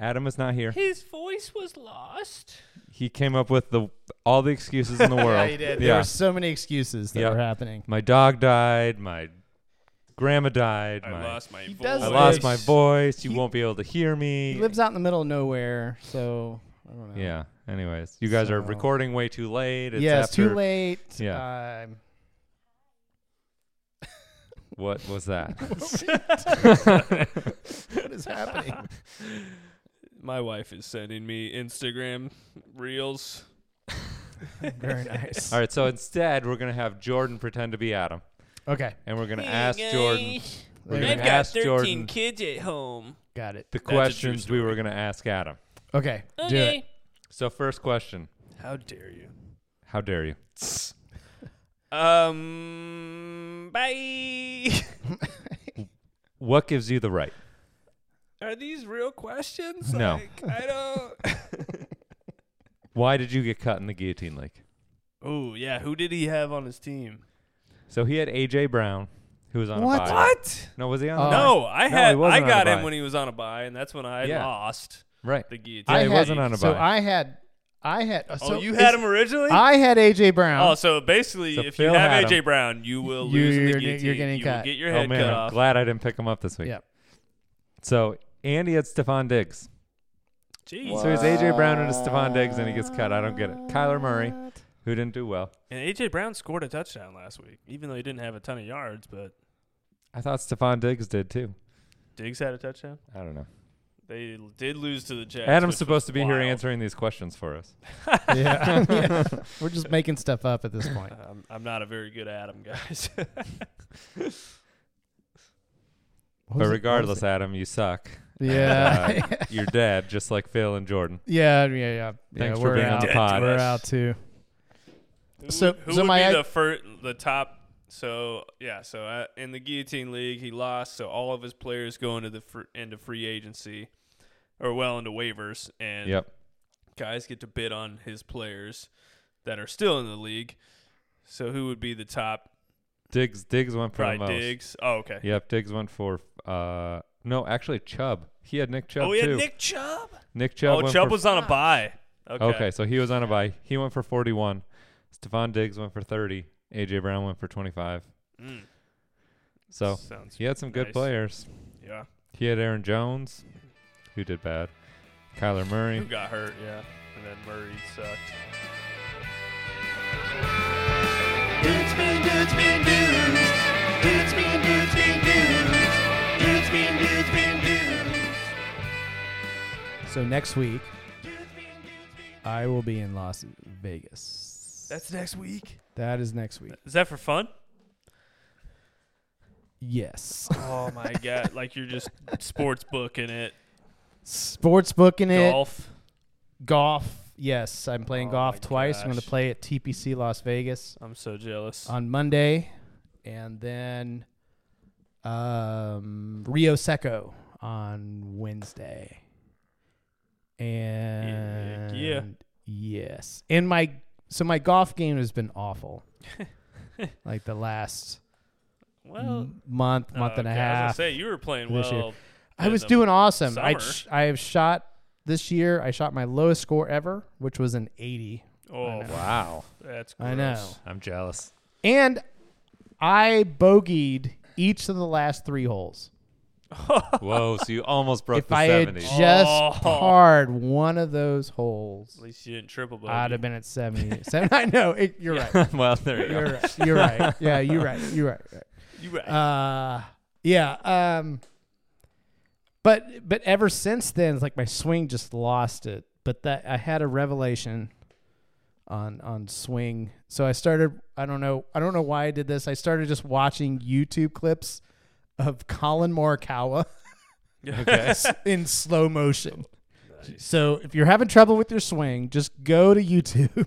D: Adam is not here.
E: His voice was lost.
D: He came up with the all the excuses
E: [LAUGHS]
D: in the world.
A: he did. There were so many excuses that
D: Yeah.
A: were happening.
D: My dog died. My grandma died.
E: I
D: my,
E: lost my voice.
A: does
D: I
A: it.
D: lost my voice. You
A: He-
D: won't be able to hear me.
A: He lives out in the middle of nowhere, so I don't know.
D: yeah. Anyways, you guys are
A: So-
D: recording way too late. It's
A: yeah, it's
D: after,
A: too late.
D: Yeah.
A: Um,
D: What was that? [LAUGHS]
A: what is happening?
D: [LAUGHS]
E: My wife is sending me Instagram reels.
A: Very nice.
D: All right. So instead, we're gonna have Jordan pretend to be Adam,
A: Okay,
D: and we're gonna ask Jordan. We're
A: I've
D: gonna
A: got
D: ask Jordan
E: kids at home.
A: got it.
D: the
E: true
D: questions we were gonna ask Adam.
A: Okay, do it.
D: So first question:
E: How dare you?
D: How dare you?
E: Um. Bye. [LAUGHS]
D: What gives you the right?
E: Are these real questions?
D: No.
E: Like, I
D: [LAUGHS]
E: don't.
D: Why did you get cut in the guillotine league?
E: oh yeah, who did he have on his team?
D: So he had AJ Brown, who was on a bye.
E: What?
D: No, was he on?
A: Oh.
D: a bye?
E: Uh, No, I had.
D: Uh, No, he
E: I
D: wasn't on
E: got
D: a
E: him
D: bye.
E: when he was on a buy, and that's when I
D: Yeah.
E: lost
D: Right.
E: the guillotine.
D: Yeah,
A: I
D: he
A: had-
D: wasn't on a
A: So
D: bye.
A: I had, I had. uh,
E: Oh,
A: so
E: you
A: is-
E: had him originally.
A: I had AJ Brown.
E: Oh, so basically,
D: So
E: if
D: Phil
E: you have
D: had
E: AJ
D: him.
E: Brown, you will
A: You're-
E: lose in
A: you're-
E: the
A: you're
E: guillotine.
A: getting
E: you
A: cut.
E: Will get your
D: Oh
E: head
D: man,
E: cut
D: I'm
E: off.
D: glad I didn't pick him up this
E: [LAUGHS]
D: week.
A: Yep.
D: So and he had Stephon Diggs.
E: Jeez.
D: So it's AJ Brown and it's Stephon Diggs, and he gets cut. I don't get it. Kyler Murray, who didn't do well.
E: And AJ Brown scored a touchdown last week, even though he didn't have a ton of yards. But
D: I thought Stephon Diggs did too.
E: Diggs had a touchdown.
D: I don't know.
E: They l- did lose to the Jets.
D: Adam's
E: which
D: supposed
E: was
D: to be here
E: wild.
D: answering these questions for us.
A: yeah. Yeah. [LAUGHS] We're just making stuff up at this
E: [LAUGHS]
A: point.
E: I'm, I'm not a very good Adam,
D: [LAUGHS]
E: guys. [LAUGHS]
A: What was
D: but
A: it- what
D: regardless,
A: was it?
D: Adam, you suck.
A: [LAUGHS] yeah,
D: Uh, you're dead, just like Phil and Jordan.
A: yeah, yeah, yeah.
D: Thanks
A: yeah,
D: for
A: we're
D: being on
A: out.
D: the pod.
A: We're out too.
E: Who
A: So-
E: would- who
A: so
E: would
A: my
E: be
A: i-
E: the first, the top? So yeah, so uh, in the guillotine league, he lost. So all of his players go into the fr- into free agency, or well into waivers, and
D: Yep.
E: guys get to bid on his players that are still in the league. So who would be the top
D: Diggs Diggs went for
E: Right,
D: the most.
E: Diggs. Oh, okay.
D: Yep, Diggs went for uh no, actually Chubb. He had Nick Chubb
E: oh, we had
D: too.
E: Nick Chubb.
D: Nick Chubb.
E: Oh,
D: went
E: Chubb
D: for,
E: was on a bye. Okay.
D: okay, so he was on a bye. He went for forty-one. Stephon Diggs went for thirty. AJ Brown went for twenty-five.
E: Mm.
D: So
E: Sounds
D: he had some good
E: nice.
D: players.
E: yeah.
D: He had Aaron Jones, who did bad. Kyler
E: Who
D: Murray.
E: got hurt? Yeah. And then Murray sucked.
G: Dudes being dudes being dudes. Dudes being dudes being dudes. Dudes being dudes being dudes.
A: So next week,
G: Dudes being dudes being
A: I will be in Las Vegas.
E: That's next week.
A: that is next week.
E: Is that for fun? [LAUGHS]
A: Yes.
E: Oh my god! Like you're just sports booking it.
A: Sports booking it.
E: Golf.
A: Golf. Yes, I'm playing
E: Oh my
A: golf twice. I'm going
E: gosh.
A: to play at TPC Las Vegas
E: I'm so jealous.
A: on Monday, and then um, Rio Seco on Wednesday. And
E: yeah.
A: yes, and my so my golf game has been
E: [LAUGHS]
A: awful. like the last
E: well,
A: m- month, month and a
E: okay, I was
A: half.
E: gonna say you were playing
A: this year.
E: well.
A: I
E: in
A: was
E: the
A: doing awesome. I
E: summer.
A: ch- I have shot this year. I shot my lowest score ever, which was an 80.
E: Oh,
A: know.
D: Wow.
E: that's gross.
A: I know.
D: I'm jealous.
A: And I bogeyed each of the last three holes.
D: [LAUGHS] Whoa, so you almost broke
A: if
D: the
A: I had
D: 70s.
A: just
E: Oh.
A: parred one of those holes,
E: At least you didn't triple bogey.
A: I'd have been at 70. [LAUGHS] Seven- I know. It, you're
D: [LAUGHS]
A: right.
D: well, there you go.
A: You're right. You're right. Yeah, you're right. You're right. right.
E: You were-
A: Uh, yeah. Um, but but ever since then, it's like my swing just lost it. But that I had a revelation on on swing. So I started. I don't know. I don't know why I did this. I started just watching YouTube clips of Colin
E: [LAUGHS]
A: Morikawa [LAUGHS] in slow motion. So if you're having trouble with your swing, just go to YouTube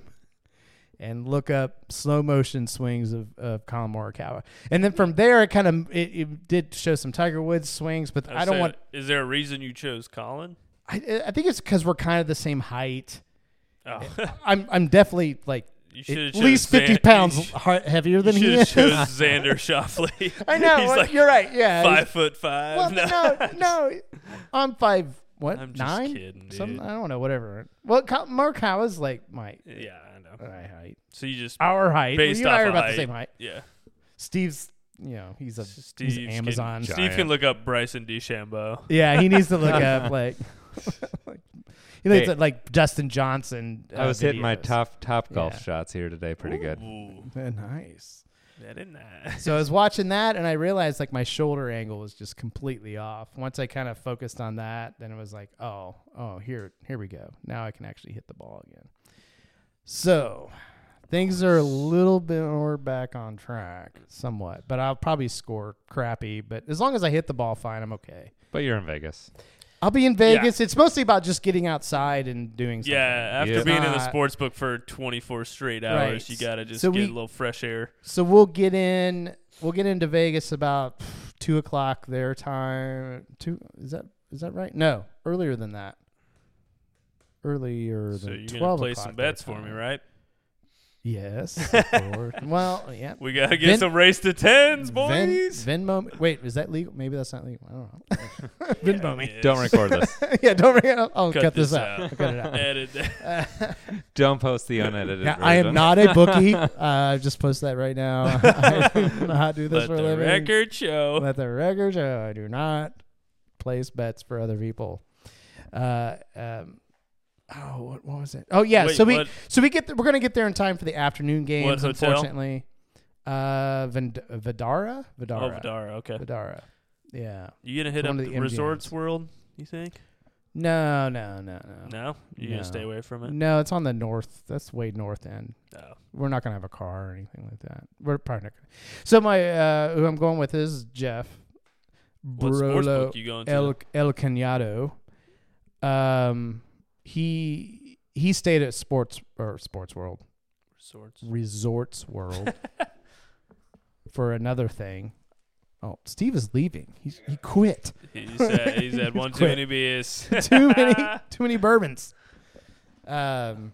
A: [LAUGHS] and look up slow motion swings of, of Colin Morikawa, and then from there it kind of it, it did show some Tiger Woods swings, but
E: I'd
A: I don't
E: say,
A: want.
E: Is there a reason you chose Colin?
A: I, I think it's because we're kind of the same height.
E: Oh,
A: I'm I'm definitely like
E: [LAUGHS] you should
A: Eh, at least fifty pounds har- heavier than
E: You
A: he
E: should have
A: is. [LAUGHS]
E: chose Xander Shoffley.
A: I know.
E: [LAUGHS] He's
A: well,
E: like
A: you're right. Yeah.
E: five foot five.
A: Uh, Well,
E: [LAUGHS] No.
A: no, no. I'm five. What
E: I'm just
A: nine?
E: kidding, dude.
A: Some- I don't know. Whatever. Well, Col- Morikawa's like my
E: Yeah, I know.
A: my height.
E: So you just
A: Our height.
E: based
A: you and Uh, I
E: off
A: are
E: of
A: about
E: height.
A: the same height.
E: yeah.
A: Steve's, you know, he's a
E: Steve's
A: he's
E: getting-
A: Amazon.
D: Jack.
E: Steve
D: Giant.
E: can look up Bryson DeChambeau.
A: Yeah, he needs to look
D: [LAUGHS]
A: up like. [LAUGHS] He looks
D: Hey.
A: at like Justin Johnson.
D: I
A: uh,
D: was hitting my
A: videos.
D: top top golf
A: Yeah.
D: shots here today pretty good.
E: Ooh,
A: Uh, nice.
E: that is nice.
A: So I was watching that and I realized like my shoulder angle was just completely off. Once I kind of focused on that, then it was like, oh, oh, here, here we go. Now I can actually hit the ball again. So things are a little bit more back on track, somewhat. But I'll probably score crappy. But as long as I hit the ball fine, I'm okay.
D: But you're in Vegas.
A: I'll be in Vegas. It's mostly about just getting outside and doing something.
E: Yeah, after
D: Yeah.
E: being in the
A: Not-
E: sports book for 24 straight hours,
A: Right.
E: you gotta just
A: So
E: get
A: we-
E: a little fresh air.
A: So we'll get in. We'll get into Vegas about pff, two o'clock their time. Two is that is that right? No, earlier than that. Earlier
E: So
A: than
E: you're gonna
A: twelve
E: play
A: o'clock
E: some
A: their
E: bets for me,
A: time.
E: right?
A: Yes.
E: [LAUGHS]
A: of course. well, yeah.
E: We gotta get
A: Vin-
E: some race to tens,
A: Ven,
E: boys.
A: Venmo. Wait, is that legal? Maybe that's not legal. I don't
E: [LAUGHS] Vin, Vin,
D: Don't record
E: [LAUGHS]
D: this.
A: know. [LAUGHS] yeah, don't bring it up. I'll
E: Cut
A: cut,
E: this
A: this out. [LAUGHS]
E: out. [LAUGHS]
A: I'll cut it out.
E: Edit that.
D: Don't post the unedited.
A: Yeah, I am
D: version.
A: not a
E: [LAUGHS]
A: bookie. Uh, I just posted that right now. [LAUGHS] I do not do this
E: Let
A: for
E: the
A: a living.
E: record show.
A: Let the record show I do not place bets for other people. Uh, um, oh, what, what was it? Oh yeah,
E: Wait,
A: so we
E: what-
A: so we get th- we're gonna get there in time for the afternoon games.
E: What hotel?
A: unfortunately, uh, Vind- Vidara,
E: Oh,
A: Vidara,
E: Vidara. Okay.
A: Vidara. Yeah.
E: You gonna hit
A: One
E: up
A: of
E: the
A: the
E: Resorts
A: MGMs.
E: World? You think?
A: No, no, no, no.
E: No. You
A: No.
E: gonna stay away from it? Oh.
A: No, it's on the north. That's way north end.
E: No.
A: We're not gonna have a car or anything like that. We're probably not. Gonna. So my uh, who I'm going with is Jeff
E: What sports
A: Brolo
E: book you going to?
A: El El Cañado. Um, he he stayed at Sports or Sports World [LAUGHS]
E: Resorts.
A: Resorts
E: [LAUGHS]
A: World for another thing. Oh, Steve is leaving. He's, he
E: [LAUGHS]
A: quit.
E: He's had, he's had one too
A: Quit.
E: many beers. [LAUGHS]
A: too many too many bourbons. Um,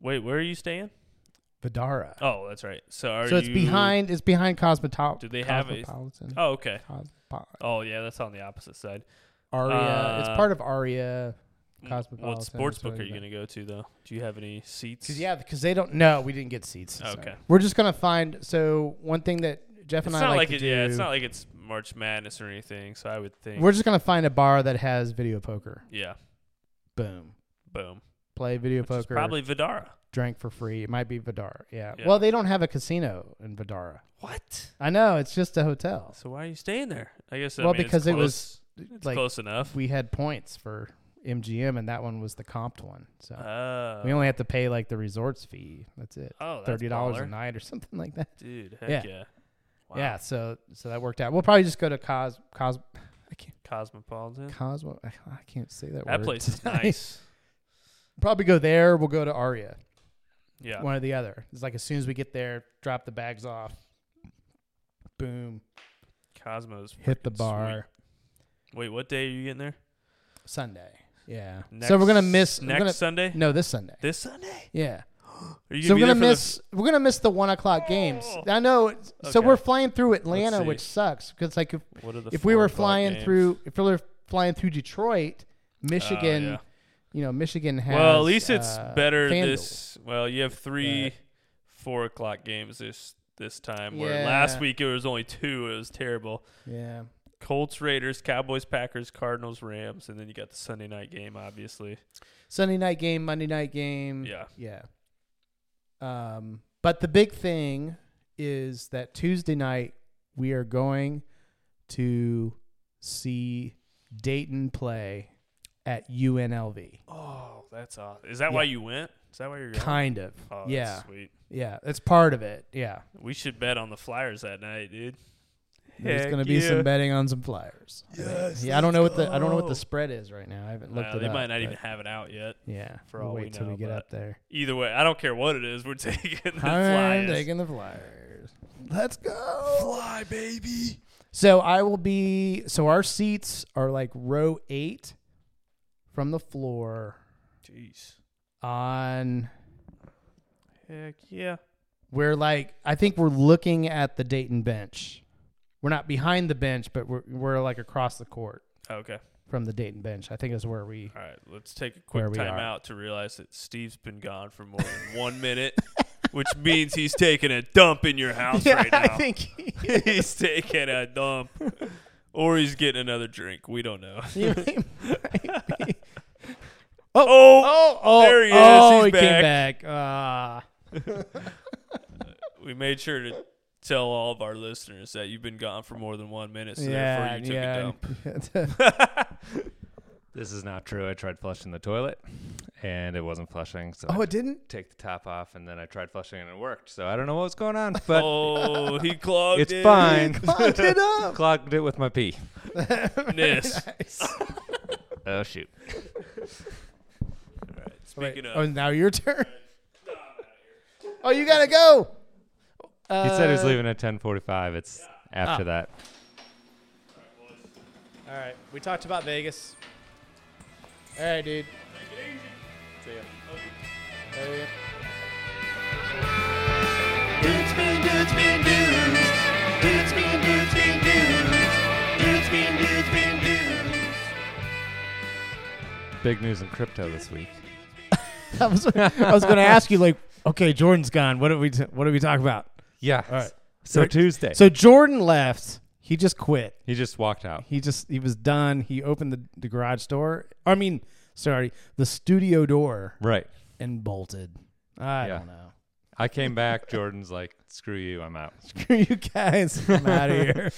E: Wait, where are you staying?
A: Vidara.
E: Oh, that's right. So are
A: so it's
E: you-
A: behind. It's behind Cosmetol-
E: Do they have a-
A: Cosmopolitan.
E: Oh, okay.
A: Cospo-
E: Oh, yeah, that's on the opposite side.
A: Aria. it's
E: Uh,
A: part of Aria.
E: Mm,
A: Cosmopolitan,
E: What sports
A: that's what
E: book are
A: it
E: you
A: is.
E: going to go to though? Do you have any seats?
A: Cause yeah, because they don't. No, we didn't get seats. so.
E: Oh, Okay.
A: We're just gonna find. So one thing that Jeff
E: It's
A: and
E: not
A: I like,
E: like
A: to
E: it,
A: do.
E: yeah, it's not like it's March Madness or anything, so I would think
A: we're just gonna find a bar that has video poker.
E: yeah,
A: Boom.
E: boom.
A: Play video
E: Which is
A: poker.
E: probably Vidara.
A: drank for free. It might be Vidara. Yeah.
E: Yeah.
A: Well, they don't have a casino in Vidara.
E: What?
A: I know. It's just a hotel.
E: So why are you staying there? I guess I
A: well,
E: mean, it's
A: because it
E: close-
A: was
E: it's
A: like
E: close enough.
A: we had points for MGM, and that one was the comped one. So
E: oh.
A: we only have to pay like the resorts fee. That's it.
E: oh, that's
A: Thirty dollars a
E: baller.
A: night or something like that.
E: dude.
A: Yeah.
E: Heck yeah. Wow.
A: Yeah. So so that worked out. We'll probably just go to Cos Cos
E: Cosmopolitan.
A: Cosmo. I can't say that.
E: That
A: word
E: place is
A: today.
E: nice.
A: [LAUGHS] Probably go there. We'll go to Aria.
E: Yeah.
A: One or the other. It's like as soon as we get there, drop the bags off. Boom.
E: Cosmos.
A: Hit the
E: freaking
A: bar.
E: sweet. Wait, what day are you getting there?
A: Sunday. Yeah. so we're gonna
E: Next-
A: miss we're
E: next
A: gonna-
E: Sunday.
A: No, this Sunday.
E: This Sunday.
A: Yeah.
E: Are you
A: So we're gonna
E: gonna be there for the-
A: miss we're gonna miss the one o'clock games.
E: Oh.
A: I know. it's- So
E: Okay.
A: we're flying through Atlanta,
E: see.
A: which sucks because like if,
E: what are the
A: if we
E: four
A: were
E: o'clock
A: flying
E: games?
A: through if we were flying through Detroit,
E: Oh,
A: Michigan,
E: yeah.
A: you know, Michigan has.
E: well, at least it's
A: uh,
E: better
A: FanDuel.
E: this. Well, you have three
A: Right.
E: four o'clock games this this time. Where last
A: Yeah.
E: week it was only two. It was terrible.
A: Yeah.
E: Colts, Raiders, Cowboys, Packers, Cardinals, Rams, and then you got the Sunday night game, obviously.
A: Sunday night game, Monday night game.
E: Yeah.
A: Yeah. Um, but the big thing is that Tuesday night we are going to see Dayton play at UNLV.
E: Oh, that's awesome. Is that why
A: Yeah.
E: you went? Is that why you're going?
A: Kind of.
E: oh, that's
A: yeah.
E: sweet.
A: Yeah. That's part of it. Yeah.
E: We should bet on the Flyers that night, dude.
A: There's
E: Heck
A: gonna be
E: yeah.
A: some betting on some flyers. I think.
E: Yes,
A: yeah, I don't know what the I don't know what
E: go.
A: the spread is right now. I haven't looked at
E: Well,
A: it
E: they
A: up,
E: might not
A: but
E: even have it out yet.
A: Yeah.
E: for
A: we'll
E: all we
A: wait till we
E: know,
A: get
E: but-
A: up there.
E: Either way, I don't care what it is. We're [LAUGHS] taking the
A: I'm
E: Flyers.
A: taking the flyers.
H: Let's go.
E: Fly, baby.
A: So I will be. So our seats are like row eight from the floor
E: Jeez.
A: on.
E: Heck yeah.
A: We're like, I think we're looking at the Dayton bench. We're not behind the bench, but we're, we're like across the court
E: Okay.
A: from the Dayton bench. I think is where we.
E: All right. Let's take a
A: Where
E: quick
A: we
E: time
A: are.
E: out to realize that Steve's been gone for more than one minute, which means he's taking a dump in
A: [LAUGHS]
E: your
H: [LAUGHS]
E: house right now.
A: I think
E: [LAUGHS] he's taking a dump. Or he's getting another drink. We don't know.
A: you might- might be-
E: Oh, oh,
A: [LAUGHS] Oh, oh,
E: There he is.
A: Oh,
E: He's
A: he came back. Ah.
E: we made sure to tell all of our listeners that you've been gone for more than one minute, so
A: yeah,
E: therefore you took a dump.
A: yeah.
D: This is not true. I tried flushing the toilet, and it wasn't flushing. So
H: [LAUGHS] Oh,
D: I
H: it didn't?
D: take the top off, and then I tried flushing, and it worked. So I don't know what was going
A: [LAUGHS]
D: on, but
E: oh, he clogged
D: it's
E: it.
D: fine.
H: Clogged
D: [LAUGHS]
H: it up.
D: Clogged it with my pee.
H: [LAUGHS]
E: This.
D: Oh shoot.
E: All right, Speaking
A: Oh,
E: of,
A: now your
E: [LAUGHS]
A: turn. Oh, you gotta go. Uh,
D: He said he was leaving at 10:45. It's after
A: Ah.
D: that.
C: All right, we talked about Vegas.
A: All right, dude.
G: Dudes being dudes being dudes. Dudes being dudes being dudes. Dudes being dudes being dudes.
D: Big news in crypto this week.
A: [LAUGHS] I was, I was [LAUGHS] gonna ask you, like, okay, Jordan's gone. What do we t- what do we talk about?
D: Yeah.
A: right.
D: So
A: Right.
D: Tuesday,
A: So Jordan left. He just quit.
D: he just walked out.
A: He just he was done. He opened the, the garage door. I mean, sorry, the studio door
D: Right.
A: and bolted. I
D: Yeah.
A: don't know.
D: I came back. Jordan's like, "Screw you, I'm out."
A: Screw [LAUGHS] you guys. I'm out of here.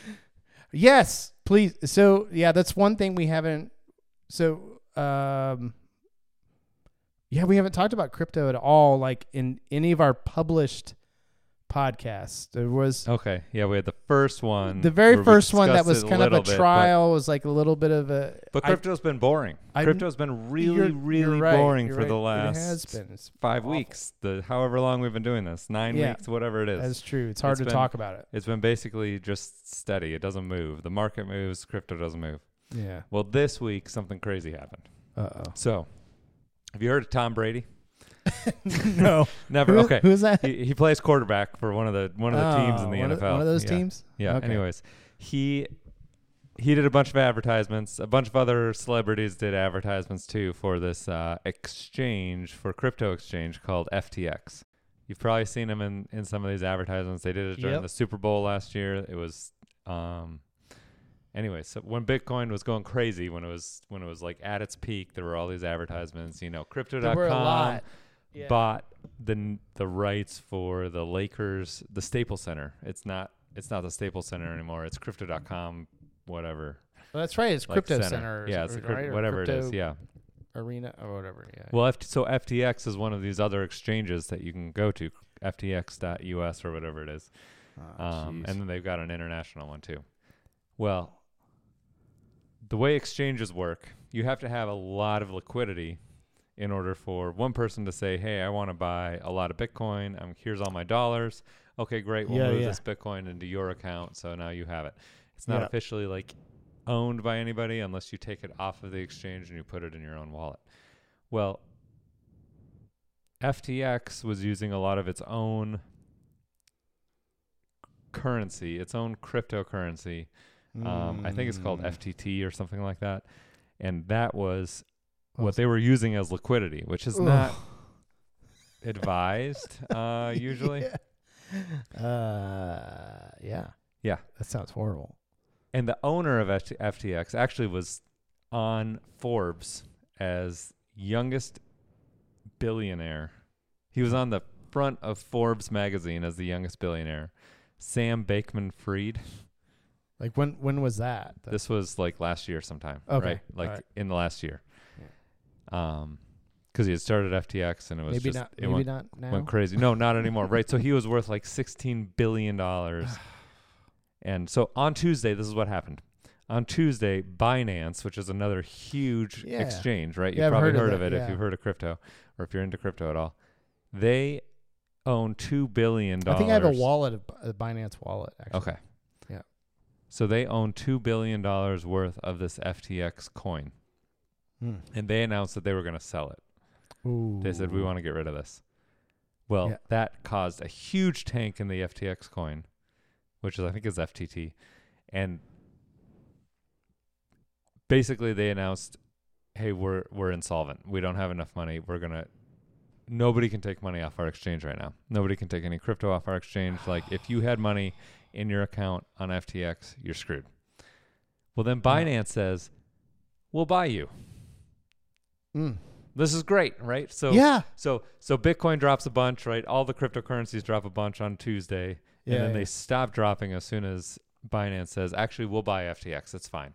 A: [LAUGHS] Yes, please. So yeah, that's one thing we haven't. So um, yeah, we haven't talked about crypto at all. Like in any of our published podcasts, there was
D: Okay. Yeah, we had the first one.
A: the very
D: where we
A: first one that
D: discussed
A: was
D: it
A: kind of a
D: little bit, but-
A: trial. was like a little bit of a.
D: But,
A: I-
D: crypto's been boring.
A: I-
D: crypto's been really,
A: you're-
D: really
A: you're right,
D: boring
A: you're
D: for the
A: right.
D: last
A: It has been. It's-
D: five weeks. The however long we've been doing this, nine
A: Yeah.
D: weeks, whatever it is.
A: That's true. It's hard
D: It's
A: to
D: been-
A: talk about it.
D: It's been basically just steady. It doesn't move. The market moves, crypto doesn't move.
A: Yeah. [LAUGHS]
D: Well, this week something crazy happened.
A: Uh oh.
D: So, have you heard of Tom Brady?
H: no.
D: Never.
H: Who-
D: okay.
H: Who's that?
D: He, he plays quarterback for one of the one of the teams
A: Ah,
D: in
H: Oh,
D: the
H: one
D: NFL.
H: of- one of those
D: Yeah.
H: teams?
D: Yeah.
H: Okay.
D: Anyways, he he did a bunch of advertisements. A bunch of other celebrities did advertisements too for this uh, exchange for crypto exchange called FTX. You've probably seen him in, in some of these advertisements. They did it during
H: Yep.
D: the Super Bowl last year. It was um anyway, so when Bitcoin was going crazy when it was when it was like at its peak, there were all these advertisements, you know, crypto.com
H: were a lot. Yeah.
D: bought the the rights for the Lakers, the Staples Center. It's not it's not the Staples
A: Mm-hmm.
D: Center anymore. It's crypto.com whatever.
A: Well, that's right. It's
D: like,
A: crypto center. or
D: yeah,
A: s-
D: it's a
A: or-
D: crypt-
A: right, or
D: whatever it is.
A: crypto
D: Yeah.
A: Arena or whatever. Yeah.
D: Well, F- so FTX is one of these other exchanges that you can go to, FTX.us or whatever it is,
A: Ah,
D: um, and then they've got an international one too. Well, the way exchanges work, you have to have a lot of liquidity in order for one person to say, "Hey, I want to buy a lot of Bitcoin. Um, here's all my dollars." Okay, great. We'll
H: Yeah,
D: move
H: yeah.
D: this Bitcoin into your account, so now you have it. It's not
H: Yeah.
D: officially like owned by anybody unless you take it off of the exchange and you put it in your own wallet. Well, FTX was using a lot of its own currency, its own cryptocurrency.
H: Mm.
D: Um, I think it's called
A: Hmm.
D: FTT or something like that. And that was what they were using as liquidity, which
A: [LAUGHS]
D: is not
H: [LAUGHS]
D: advised uh, usually.
H: Uh, yeah.
D: Yeah.
H: That sounds horrible.
D: And the owner of FT- FTX actually was on Forbes as youngest billionaire. He was on the front of Forbes magazine as the youngest billionaire. Sam Bakeman Fried.
H: Like when when was that?
D: This was like last year sometime,
H: Okay.
D: right? Like
H: Alright.
D: in the last year. Um, because he had started FTX and it was
H: maybe
D: just
H: not.
D: it
H: maybe
D: went,
H: not now.
D: went crazy.
H: [LAUGHS]
D: No, not anymore. right. So he was worth like sixteen
H: [SIGHS]
D: billion dollars. and so on Tuesday, this is what happened. On Tuesday, Binance, which is another huge
H: Yeah.
D: exchange, right?
H: Yeah,
D: You've
H: I've
D: probably
H: heard of
D: heard of,
H: that,
D: it
H: yeah.
D: if you've heard of crypto or if you're into crypto at all. They own two billion
H: I
D: dollars.
H: think I have a wallet, of, a Binance wallet. Actually.
D: Okay.
H: Yeah.
D: So they own two billion dollars worth of this FTX coin,
H: Hmm.
D: and they announced that they were going to sell it. They said we want to get rid of this. Well,
H: Yeah.
D: that caused a huge tank in the FTX coin, which is I think is FTT, and basically they announced, "Hey, we're we're insolvent. We don't have enough money. We're gonna." Nobody can take money off our exchange right now. Nobody can take any crypto off our exchange. Like, if you had money in your account on FTX, you're screwed. Well, then Binance says, "We'll buy you."
H: Mm.
D: This is great, right? So
H: yeah.
D: so so Bitcoin drops a bunch, right? All the cryptocurrencies drop a bunch on Tuesday,
H: Yeah,
D: and then
H: yeah.
D: they stop dropping as soon as Binance says, "Actually, we'll buy FTX. It's fine."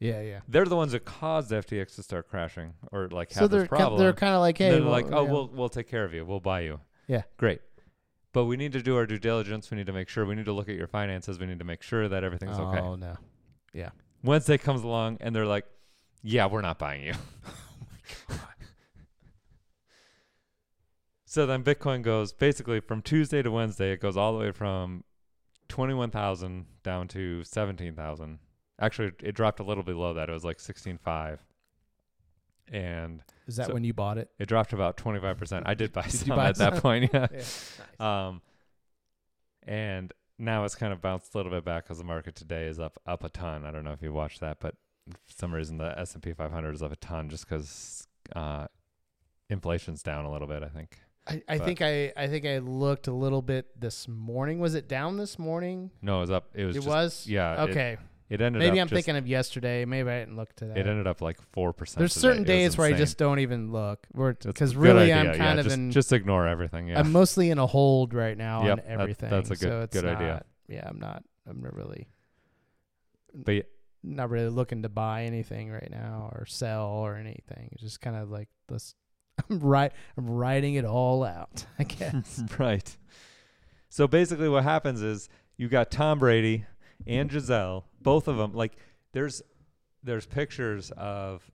H: Yeah. Yeah.
D: They're the ones that caused FTX to start crashing or like have
H: So they're
D: this problem.
H: ki- they're kind of like hey,
D: they're
H: well,
D: like, "Oh,
H: yeah.
D: we'll we'll take care of you. We'll buy you."
H: Yeah.
D: great. But we need to do our due diligence. We need to make sure. We need to look at your finances. We need to make sure that everything's
H: oh
D: okay.
H: no.
D: Wednesday comes along, and they're like, "Yeah, we're not buying you." [LAUGHS] So then Bitcoin goes basically from Tuesday to Wednesday, it goes all the way from 21,000 down to 17,000. Actually, it dropped a little below that. It was like 16.5. And
H: Is that
D: So-
H: when you bought
D: [LAUGHS]
H: it?
D: it dropped about 25%. I did buy
H: you
D: some
H: buy
D: at that
H: some?
D: point. [LAUGHS] Yeah.
H: Yeah.
D: Um, and now it's kind of bounced a little bit back because the market today is up up a ton. I don't know if you watched that, but for some reason the S and P 500 is up a ton just because uh, inflation's down a little bit. I think.
A: I, I
D: But-
A: think I I think I looked a little bit this morning. Was it down this morning?
D: No, it was up. It was.
A: It
D: just-
A: was.
D: Yeah. it-
A: Okay.
D: It ended
A: Maybe
D: up
A: I'm
D: just-
A: thinking of yesterday. Maybe I didn't look to that.
D: it ended up like four percent.
A: There's certain days where I just don't even look.
D: That's
A: Because
D: a good
A: really, I'm
D: idea, yeah,
A: kind of
D: just,
A: in.
D: just ignore everything. Yeah,
A: I'm mostly in a hold right now
D: Yep,
A: on
D: that-
A: everything.
D: that's a good-
A: so it's
D: good idea.
A: not- Yeah, I'm not. I'm not really
D: but yeah,
A: not really looking to buy anything right now or sell or anything. It's just kind of like this. [LAUGHS] I'm right. I'm writing it all out. I
D: [LAUGHS]
A: guess.
D: right. So basically, what happens is you got Tom Brady and Giselle, both of them. Like there's there's pictures of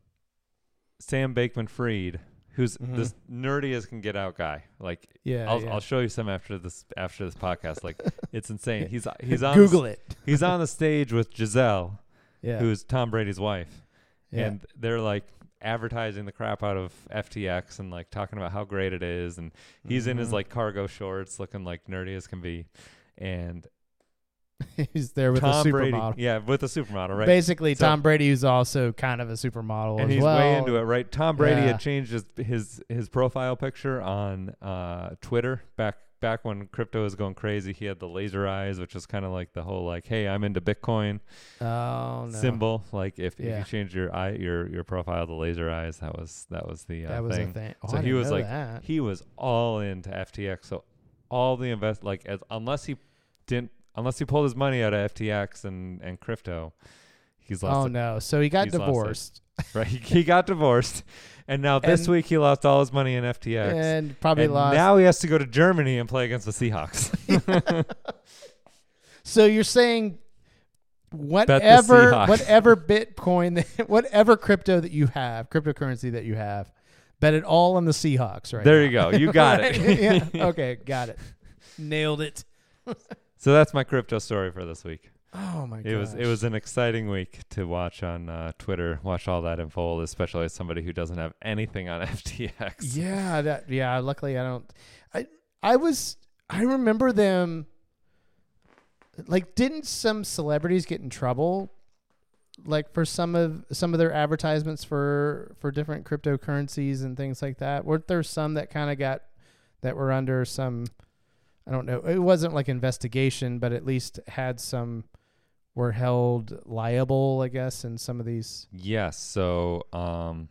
D: Sam Bakeman Freed, who's this nerdy as can get out guy. Like
A: Mm-hmm. yeah.
D: I'll
A: yeah.
D: I'll show you some after this after this podcast.
A: [LAUGHS]
D: Like it's insane. He's he's on
A: Google it.
D: He's on the stage with Giselle,
A: Yeah.
D: who's Tom Brady's wife.
A: Yeah.
D: And they're like, advertising the crap out of FTX and like talking about how great it is. And he's in
A: Mm-hmm.
D: his like cargo shorts, looking like nerdy as can be. And
A: [LAUGHS] He's there with
D: Tom
A: a
D: Brady,
A: supermodel.
D: yeah, with a supermodel, right?
A: Basically,
D: So-
A: Tom Brady, who's also kind of a supermodel
D: and
A: as
D: he's
A: well.
D: way into it, right? Tom Brady
A: Yeah.
D: had changed his his, his profile picture on uh, Twitter back back when crypto was going crazy. He had the laser eyes, which was kind of like the whole like, "Hey, I'm into Bitcoin"
A: Oh no!
D: symbol. Like if, if
A: Yeah.
D: you change your eye your your profile to laser eyes, that was that was the uh,
A: that was
D: thing.
A: a thing. Oh,
D: So
A: I
D: he
A: didn't
D: was
A: know
D: like,
A: that.
D: He was all into FTX. So all the invest like as, unless he didn't unless he pulled his money out of FTX and and crypto, he's lost
A: oh
D: it
A: no! So he got
D: He's lost it.
A: divorced
D: [LAUGHS] right? He, he got divorced, and now this
A: And-
D: week he lost all his money in FTX.
A: and probably
D: and
A: lost.
D: now he has to go to Germany and play against the Seahawks. [LAUGHS]
A: so you're saying whatever
D: Seahawks.
A: whatever Bitcoin, that- [LAUGHS] whatever crypto that you have, cryptocurrency that you have, bet it all on the Seahawks, right?
D: there you go. You got it.
A: [LAUGHS] yeah. Okay, got it. Nailed it.
D: So that's my crypto story for this week.
A: Oh my god.
D: It was it was an exciting week to watch on uh, Twitter, watch all that unfold, especially as somebody who doesn't have anything on [LAUGHS] FTX.
A: Yeah, that yeah, luckily I don't I I was I remember them like didn't some celebrities get in trouble like for some of some of their advertisements for for different cryptocurrencies and things like that? Weren't there some that kind of got that were under some I don't know. It wasn't like investigation, but at least had some were held liable, I guess, in some of these.
D: Yes. So um,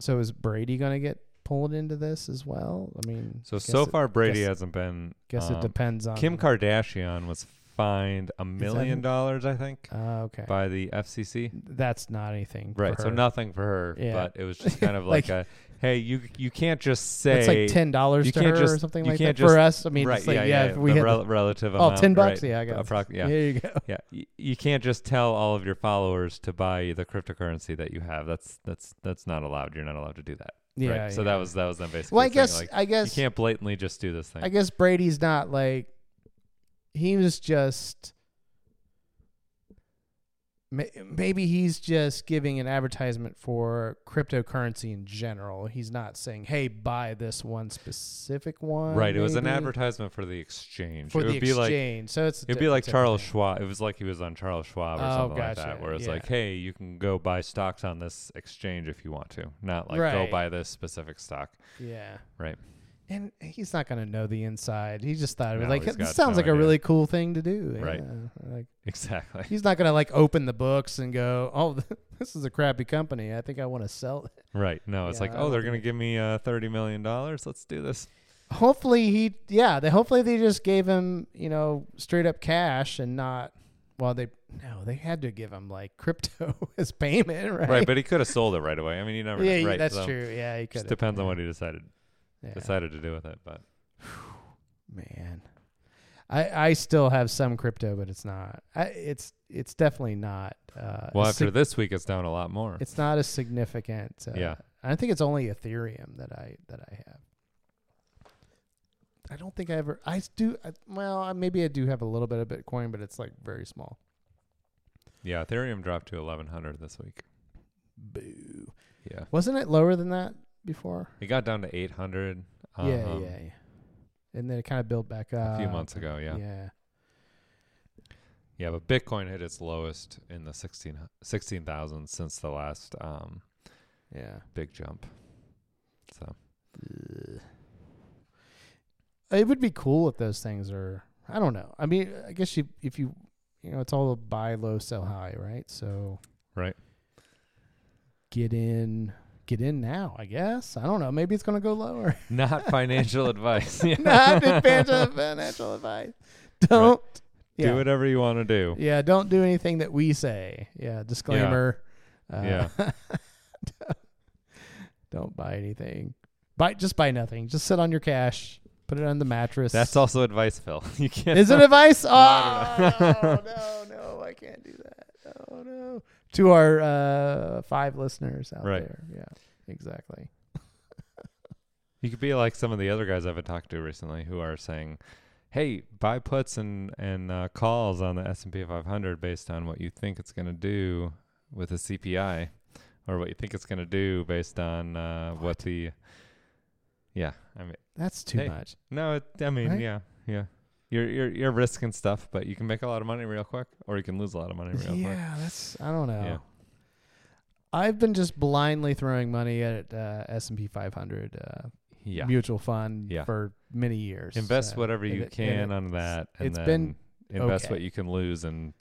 A: So is Brady going to get pulled into this as well? I mean,
D: so
A: guess
D: so
A: it-
D: far Brady
A: guess-
D: hasn't been.
A: Guess
D: um,
A: it depends on
D: Kim Kardashian was fined a million dollars, I think,
A: Oh, okay,
D: by the FCC.
A: that's not anything. for
D: Right. So
A: her.
D: nothing for her,
A: Yeah.
D: but it
A: [LAUGHS]
D: was just kind of like,
A: Like-
D: a hey, you you can't just say
A: It's like ten dollars
D: you
A: to
D: can't
A: her or
D: just-
A: something
D: you
A: like
D: can't
A: that
D: just-
A: for us. I mean,
D: right,
A: it's like,
D: yeah,
A: yeah,
D: yeah,
A: if we
D: the
A: had
D: rel- relative
A: oh,
D: amount,
A: 10 bucks.
D: right,
A: Yeah, I got
D: approx-
A: [LAUGHS]
D: yeah.
A: There you go.
D: Yeah, you, you can't just tell all of your followers to buy the cryptocurrency that you have. That's that's that's not allowed. You're not allowed to do that.
A: Yeah.
D: right? So
A: yeah.
D: that was that was them basically.
A: well, I
D: saying,
A: guess
D: like,
A: I
D: you
A: guess
D: can't blatantly just do this thing.
A: I guess Brady's not like he was just may- maybe he's just giving an advertisement for cryptocurrency in general. He's not saying, "Hey, buy this one specific one."
D: right. It was an
A: maybe,
D: advertisement for the exchange.
A: for
D: it
A: the
D: would be like
A: exchange. so it's a
D: It'd
A: di-
D: be like
A: it's different
D: Charles
A: thing.
D: Schwab. It was like he was on Charles Schwab or
A: Oh,
D: something like
A: gotcha.
D: that, where it's
A: Yeah.
D: like, hey, you can go buy stocks on this exchange if you want to, not like
A: Right.
D: go buy this specific stock.
A: Yeah.
D: Right. [LAUGHS]
A: And he's not going to know the inside. He just thought it was
D: No,
A: like
D: he's
A: this
D: got
A: sounds
D: no
A: like a
D: idea.
A: really cool thing to do.
D: Right.
A: Yeah. Like
D: Exactly.
A: he's not going to like open the books and go, "Oh, [LAUGHS] this is a crappy company. I think I want to sell
D: Right. No, it's
A: Yeah,
D: like,
A: I
D: oh,
A: don't
D: they're
A: think
D: gonna
A: it-
D: give me uh, thirty million dollars. Let's do this.
A: hopefully he yeah they hopefully they just gave him you know straight up cash and not well they no they had to give him like crypto [LAUGHS] as payment right
D: Right. but he could have sold it right away. I mean, you never.
A: yeah
D: know. Right.
A: that's
D: so
A: true yeah he
D: Just
A: could
D: depends on what he decided
A: yeah.
D: decided to do with it. But
A: man I I still have some crypto but it's not I, it's it's definitely not uh
D: well,
A: a
D: after
A: sig-
D: this week, it's down a lot more.
A: it's not a significant uh,
D: Yeah.
A: I think it's only Ethereum that I that I have. I don't think I ever. I do. I, well, I- maybe I do have a little bit of Bitcoin, but it's like very small.
D: yeah, Ethereum dropped to eleven hundred this week.
A: Boo.
D: Yeah,
A: Wasn't it lower than that before?
D: it got down to eight hundred. um,
A: yeah, yeah, yeah. And then it kind of built back up
D: Uh-huh. A few months ago. Yeah.
A: Um, Yeah.
D: Yeah, but Bitcoin hit its lowest in the 16 16,000 since the last um,
A: Yeah.
D: big jump. [LAUGHS] So
A: It would be cool if those things are. I don't know. I mean, I guess you if you you know it's all buy low, sell high, right? So.
D: Right.
A: Get in. Get in now, I guess. I don't know. Maybe it's going to go lower. [LAUGHS]
D: not financial advice. [LAUGHS] Yeah.
A: Not financial, financial
D: [LAUGHS]
A: advice. Don't. Yeah.
D: Do whatever you want to do.
A: Yeah, don't do anything that we say. Yeah, disclaimer.
D: Yeah.
A: [LAUGHS] Uh, don't buy anything. Buy just buy nothing. Just sit on your cash. Put it on the mattress.
D: That's also advice, Phil. [LAUGHS] You can't.
A: Is it advice? Oh
D: I don't
A: no, no, no! I can't do that. Oh no! To our uh, five listeners out
D: Right.
A: there. Yeah, exactly.
D: You could be like some of the other guys I've been talking to recently who are saying, "Hey, buy puts and and uh, calls on the S and P 500 based on what you think it's going to do with the CPI." or what you think it's going to do based on uh, what the. Yeah, I mean,
H: That's too
D: Hey.
H: much.
D: no, it, I mean,
H: Right?
D: yeah, yeah. You're you're you're risking stuff, but you can make a lot of money real quick, or you can lose a lot of money real quick.
H: Yeah, that's
A: I don't know.
D: Yeah.
A: I've been just blindly throwing money at uh, S and P 500 uh,
D: Yeah,
A: mutual fund
D: Yeah.
A: for many years.
D: invest
A: so-
D: whatever
A: and
D: you
A: it- and
D: can
A: it-
D: on that, and
A: it's
D: then
A: been
D: invest
A: okay.
D: what you can lose in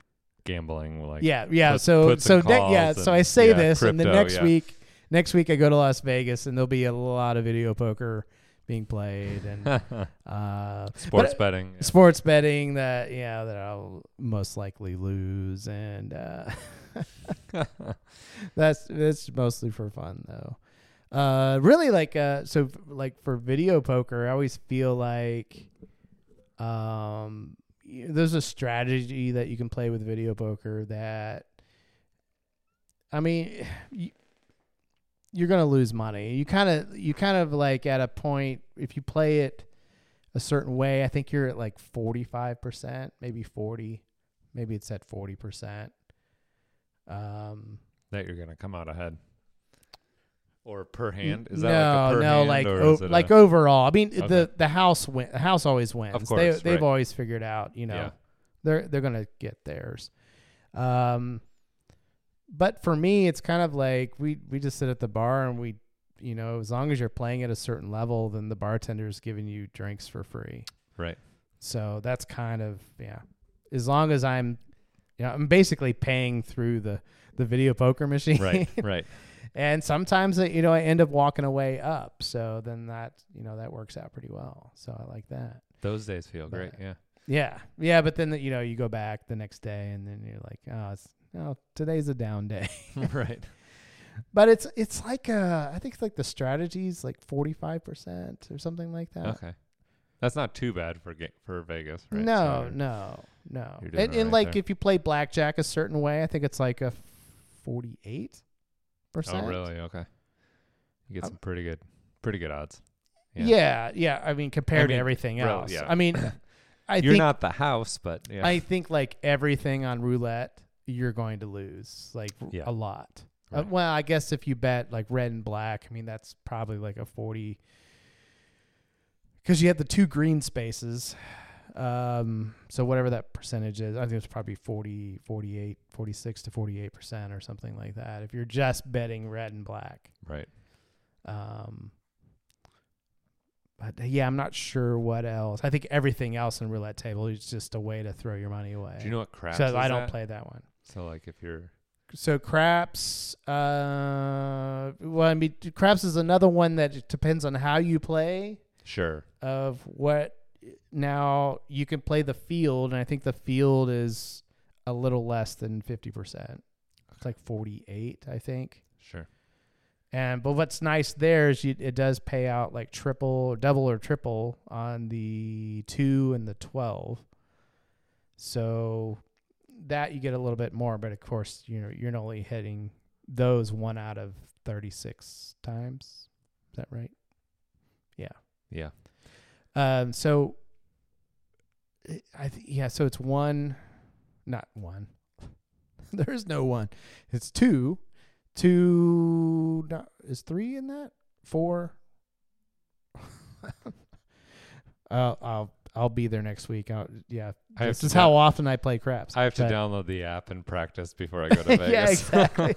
D: gambling. Like [LAUGHS]
A: yeah, yeah.
D: puts-
A: so
D: puts
A: so
D: and
A: ne- yeah.
D: calls
A: So I
D: and-
A: say
D: yeah,
A: this, and the
D: crypto,
A: next
D: yeah.
A: week, next week I go to Las Vegas, and there'll be a lot of video poker being played and uh,
D: sports betting. yeah.
A: sports betting that yeah that I'll most likely lose, and uh, [LAUGHS] that's that's mostly for fun though. Uh, really like uh, so f- like for video poker, I always feel like um y- there's a strategy that you can play with video poker that I mean [SIGHS] you, you're gonna lose money. You kind of you kind of like at a point if you play it a certain way. I think you're at like 45%, maybe 40, maybe it's at 40%. Um,
D: that you're going to come out ahead. Or per hand? Is
A: no,
D: that like a per
A: no,
D: hand?
A: like
D: or
A: o-
D: is it
A: like
D: a,
A: overall. I mean,
D: Okay.
A: the the house win, the house always wins.
D: Of
A: they,
D: course,
A: they've
D: right.
A: always figured out, you know,
D: Yeah.
A: they're they're gonna get theirs. Um, but for me, it's kind of like we we just sit at the bar and we, you know, as long as you're playing at a certain level, then the bartender's giving you drinks for free.
D: Right.
A: So that's kind of yeah. As long as I'm, you know, I'm basically paying through the the video poker machine. [LAUGHS]
D: [LAUGHS] right, right.
A: and sometimes uh, you know I end up walking away up. So then that you know that works out pretty well. So I like that.
D: Those days feel great. Yeah. [LAUGHS]
A: Yeah, yeah. But then you know you go back the next day and then you're like, oh, it's, no, today's a down day. [LAUGHS]
D: right.
A: But it's it's like uh I think it's like the strategy's like forty five percent or something like that.
D: Okay. That's not too bad for ga- for Vegas, right?
A: No,
D: So-
A: no, no. And,
D: you're doing
A: and
D: alright
A: like
D: there.
A: if you play blackjack a certain way, I think it's like a forty-eight percent.
D: Oh, really? Okay. You get
A: Um,
D: some pretty good, pretty good odds.
A: Yeah. yeah, I mean, compared
D: mean,
A: to everything
D: rel-
A: else.
D: yeah.
A: I
D: [COUGHS]
A: mean, I
D: You're
A: think
D: not the house, but yeah.
A: I think like everything on roulette, you're going to lose like r-
D: Yeah.
A: a lot. Uh,
D: Right.
A: well, I guess if you bet like red and black, I mean that's probably like a forty because you have the two green spaces. Um, so whatever that percentage is, I think it's probably 40, 48, 46 to 48 percent or something like that. If you're just betting red and black,
D: right.
A: um, but uh, yeah, I'm not sure what else. I think everything else in roulette table is just a way to throw your money away.
D: Do you know what craps
A: so
D: is
A: I don't
D: at?
A: play that one.
D: So like if you're
A: So craps, uh, well, I mean, craps is another one that it depends on how you play.
D: sure,
A: Of what now you can play the field, and I think the field is a little less than fifty percent. It's like forty eight, I think.
D: sure.
A: And but what's nice there is you, it does pay out like triple, double or triple on the two and the twelve. So that you get a little bit more, but of course you know you're only hitting those one out of thirty six times. Is that right? Yeah.
D: Yeah.
A: Um. So it- I th- yeah. So it's one, not one. [LAUGHS] there is no one. It's two two no, is three in that four [LAUGHS] I'll i'll i'll be there next week I'll, yeah
D: I have
A: this
D: to
A: is
D: down-
A: how often i play craps
D: I have to
A: but-
D: download the app and practice before I [LAUGHS] go to Vegas.
A: yeah exactly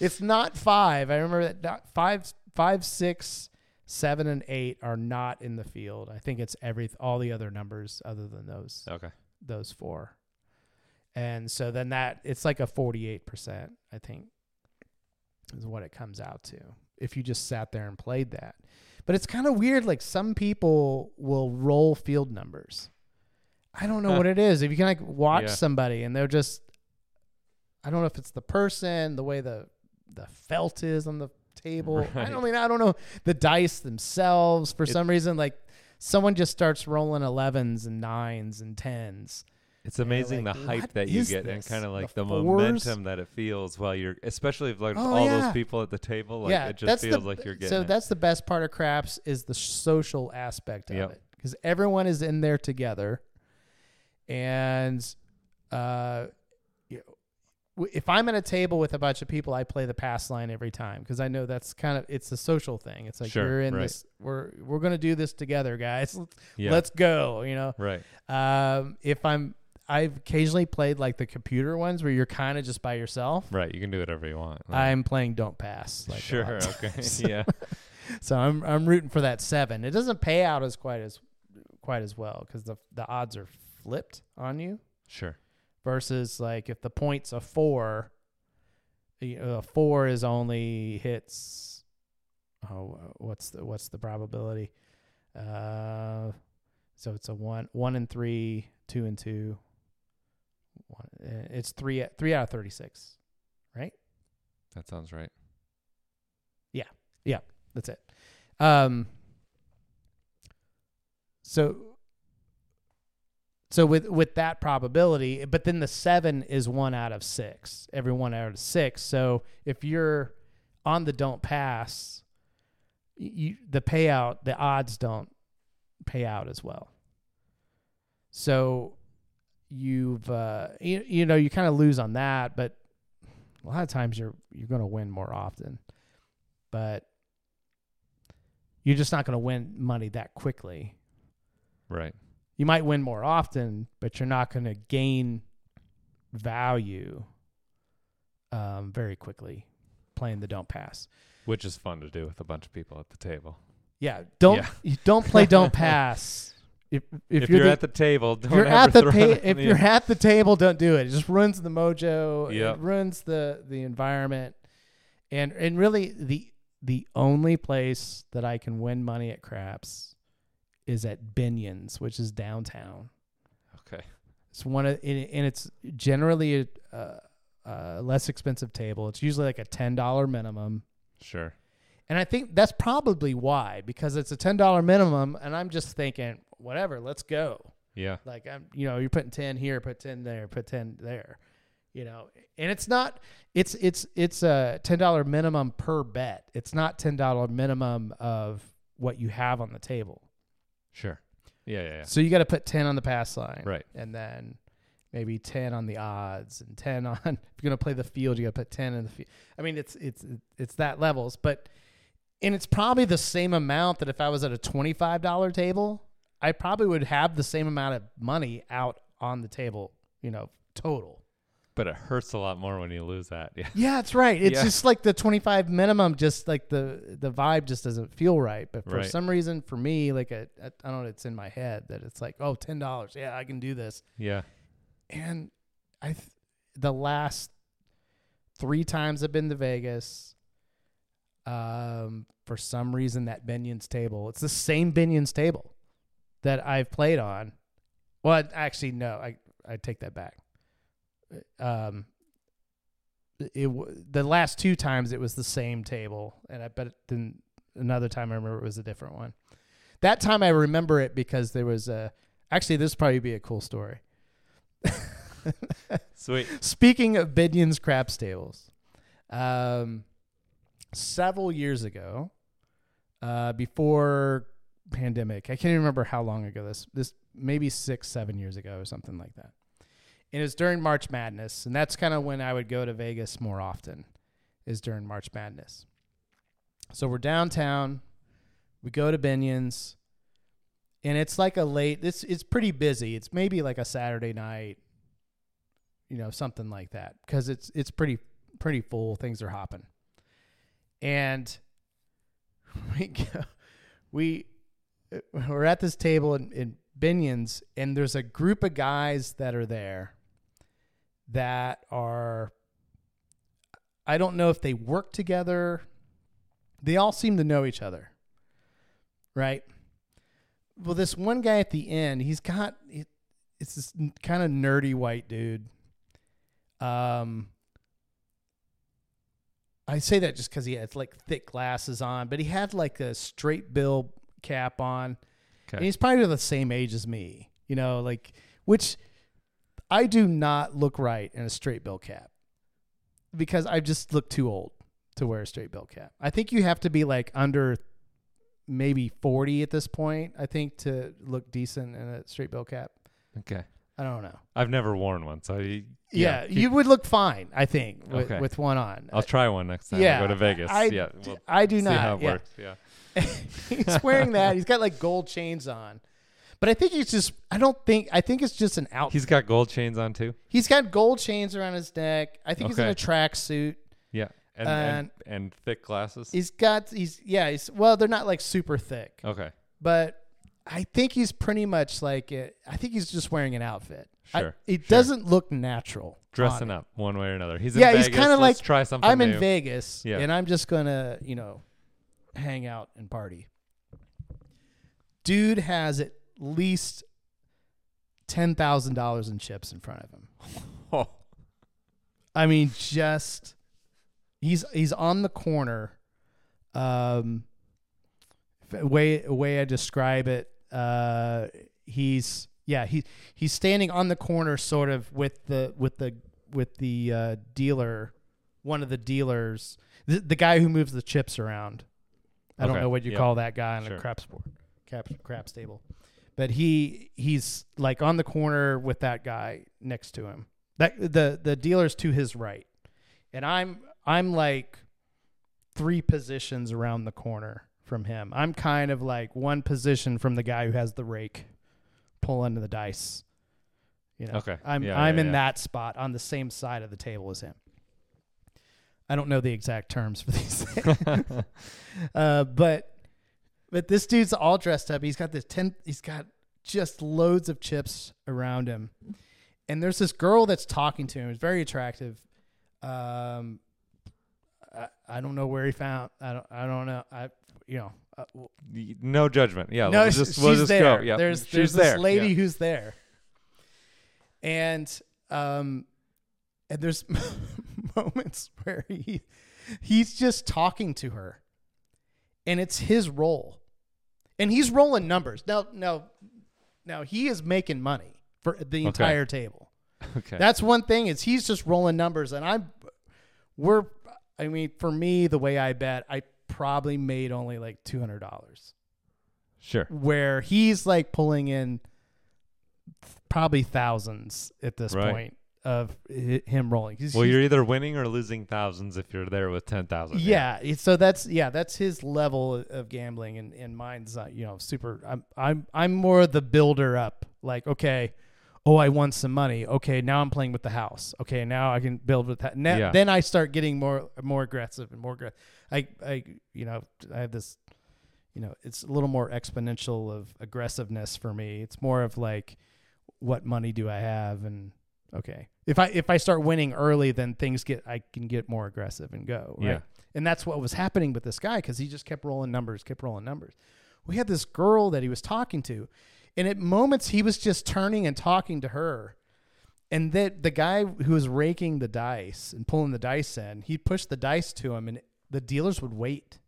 A: it's not five i remember that not five five six seven and eight are not in the field i think it's every all the other numbers other than those
D: [LAUGHS] okay.
A: those four. And so then that it's like a 48%, I think is what it comes out to if you just sat there and played that. But it's kind of weird like some people will roll field numbers. I don't know
D: Huh.
A: what it is. If you can like watch
D: Yeah.
A: somebody and they're just I don't know if it's the person, the way the the felt is on the table. I don't
D: Right.
A: mean I don't know the dice themselves for
D: It-
A: some reason like someone just starts rolling 11s and 9s and 10s
D: It's amazing
A: like,
D: the
A: "What
D: hype that you
A: is
D: get and
A: this?
D: kind of like
A: The
D: the,
A: fours?"
D: momentum that it feels while you're, especially if like
A: Oh,
D: all
A: yeah.
D: those people at the table, like
A: yeah
D: it
A: that's
D: just feels
A: the,
D: like you're getting.
A: so
D: it.
A: that's the best part of craps is the social aspect of
D: Yep.
A: it because everyone is in there together and uh you know, w- if I'm at a table with a bunch of people, I play the pass line every time because I know that's kind of it's a social thing. It's like
D: Sure,
A: we're in
D: right.
A: this, we're we're gonna do this together, guys. [LAUGHS]
D: Yeah.
A: Let's go. You know,
D: right.
A: um, if I'm, I've occasionally played like the computer ones where you're kind of just by yourself.
D: Right. You can do whatever you want.
A: I'm playing don't pass. Like a
D: sure.
A: lot.
D: Okay. [LAUGHS] yeah.
A: So I'm I'm rooting for that seven. It doesn't pay out as quite as quite as well because the the odds are flipped on you
D: Sure.
A: versus like if the points a four, you know, a four is only hits. Oh, what's the what's the probability? Uh, so it's a one one and three, two and two. One, eh, it's three three out of thirty six.
D: That sounds right.
A: That's it. Um. So. So with with that probability, but then the seven is one out of six. Every one out of six. So if you're on the don't pass, y- you the payout the odds don't pay out as well. So you've uh, you, you know you kind of lose on that, but a lot of times you're you're going to win more often, but you're just not going to win money that quickly.
D: Right.
A: You might win more often, but you're not going to gain value um, very quickly playing the don't pass.
D: Which is fun to do with a bunch of people at the table.
A: Yeah, don't
D: Yeah.
A: you [LAUGHS] don't play
D: [LAUGHS]
A: don't pass. If if,
D: If, you're,
A: the-
D: at the table, don't
A: if you're
D: ever
A: at the
D: [LAUGHS] throw
A: pa-
D: it on
A: if
D: the-
A: you're at the table, don't do it. It just ruins the mojo.
D: Yep.
A: It ruins the the environment, and and really the the only place that I can win money at craps is at Binion's, which is downtown.
D: Okay.
A: It's one of and, and it's generally a uh, uh, less expensive table. It's usually like a ten dollar minimum.
D: Sure.
A: And I think that's probably why, because it's a ten dollar minimum, and I'm just thinking, whatever, let's go.
D: Yeah.
A: Like I'm, you know, you're putting ten here, put ten there, put ten there, you know. And it's not, it's it's it's a ten dollar minimum per bet. It's not ten dollar minimum of what you have on the table.
D: Sure. Yeah. Yeah. yeah.
A: So you got to put ten on the pass line,
D: Right.
A: And then maybe ten on the odds, and ten [LAUGHS] on if you're gonna play the field, you got to put ten in the field. I mean, it's it's it's that levels, but and it's probably the same amount that if I was at a twenty five dollar table, I probably would have the same amount of money out on the table, you know, total.
D: But it hurts a lot more when you lose that. [LAUGHS] Yeah.
A: Yeah, it's right. It's
D: Yeah.
A: just like the 25 minimum, just like the the vibe just doesn't feel right. But for
D: Right.
A: some reason, for me, like I I I don't know, it's in my head that it's like, oh, ten dollars, yeah, I can do this.
D: Yeah.
A: And I th- the last three times I've been to Vegas, um, for some reason that Binion's table, it's the same Binion's table that I've played on. Well, I- actually, no, I I take that back. Um, it wa- the last two times it was the same table, and I bet then another time I remember it was a different one. That time I remember it because there was a actually this would probably be a cool story.
D: Sweet.
A: [LAUGHS] Speaking of Binion's craps tables, um, several years ago, uh, before pandemic, I can't even remember how long ago this this maybe six seven years ago or something like that. And it was during March Madness, and that's kind of when I would go to Vegas more often, is during March Madness. So we're downtown, we go to Binion's, and it's like a late. It's it's pretty busy. It's maybe like a Saturday night you know something like that because it's it's pretty pretty full things are hopping and [LAUGHS] we go, we uh, we're at this table in, in binion's and there's a group of guys that are there that are i don't know if they work together they all seem to know each other right well this one guy at the end he's got it, it's this kind of nerdy white dude um, I say that just because he had like thick glasses on, but he had like a straight bill cap on, and
D: Okay.
A: he's probably the same age as me. You know, like which I do not look right in a straight bill cap because I just look too old to wear a straight bill cap. I think you have to be like under maybe forty at this point. I think to look decent in a straight bill cap
D: Okay.
A: I don't know.
D: I've never worn one, so you,
A: Yeah,
D: keep-
A: you would look fine, I think, with,
D: Okay.
A: with one on.
D: I'll try one next time.
A: yeah,
D: I go to Vegas.
A: I-
D: yeah, we'll
A: I do
D: see
A: not.
D: how it
A: yeah.
D: works. Yeah,
A: [LAUGHS] he's wearing that. He's got like gold chains on. But I think he's just I don't think I think it's just an out.
D: he's got gold chains on too.
A: he's got gold chains around his neck. I think he's in
D: Okay.
A: a tracksuit.
D: Yeah, and and, and thick glasses.
A: Uh, He's got he's yeah, he's well, they're not like super thick.
D: Okay,
A: But I think he's pretty much like it. I think he's just wearing an outfit. I-
D: Sure,
A: it doesn't look natural.
D: dressing
A: on it.
D: up one way or another. He's
A: Yeah,
D: in
A: he's
D: Vegas.
A: kind of like
D: Let's try something.
A: I'm in
D: new.
A: Vegas
D: Yeah.
A: and I'm just going to, you know, hang out and party. Dude has at least $10,000 in chips in front of him.
D: Oh,
A: I mean, just he's he's on the corner. Um, f- way way I describe it, uh, he's yeah he he's standing on the corner, sort of with the with the with the uh, dealer, one of the dealers, the, the guy who moves the chips around. I don't
D: Okay,
A: know what you
D: yeah.
A: call that guy on a
D: Sure.
A: craps board, crap craps table, but he he's like on the corner with that guy next to him. That the the dealer's to his right, and I'm I'm like three positions around the corner from him. I'm kind of like one position from the guy who has the rake pulling the dice. You know,
D: Okay.
A: I'm
D: Yeah,
A: I'm
D: yeah,
A: in
D: yeah.
A: that spot on the same side of the table as him. I don't know the exact terms for [LAUGHS] these things, uh, but but this dude's all dressed up. He's got this ten. He's got just loads of chips around him, and there's this girl that's talking to him. It's very attractive. Um, I, I don't know where he found. I don't. I don't know. I you know. Uh, w-
D: Y- no judgment. Yeah,
A: no,
D: we'll just, we'll
A: she's
D: just
A: there.
D: go. Yeah,
A: There's
D: she's
A: there's
D: there.
A: this lady
D: Yeah.
A: who's there, and um, and there's [LAUGHS] moments where he he's just talking to her, and it's his role, and he's rolling numbers. Now now now he is making money for the entire table.
D: okay.
A: That's one thing is he's just rolling numbers, and I'm, we're, I mean, for me, the way I bet, I probably made only like two hundred dollars,
D: sure.
A: where he's like pulling in th- probably thousands at this
D: Right.
A: point of hi- him rolling. He's-
D: Well,
A: he's-
D: you're either winning or losing thousands if you're there with ten thousand.
A: yeah. it's- So that's yeah, that's his level of gambling, and and mine's not, you know super. I'm I'm I'm more the builder up. Like okay, oh I won some money. Okay, now I'm playing with the house. Okay, now I can build with that. Now
D: Yeah.
A: then I start getting more more aggressive and more aggressive. I I you know I have this. You know, it's a little more exponential of aggressiveness for me. It's more of like, what money do I have, and okay if i if i start winning early then things get i can get more aggressive and go right?
D: Yeah.
A: and that's what was happening with this guy because he just kept rolling numbers kept rolling numbers we had this girl that he was talking to and at moments he was just turning and talking to her and that the guy who was raking the dice and pulling the dice in he'd push the dice to him and the dealers would wait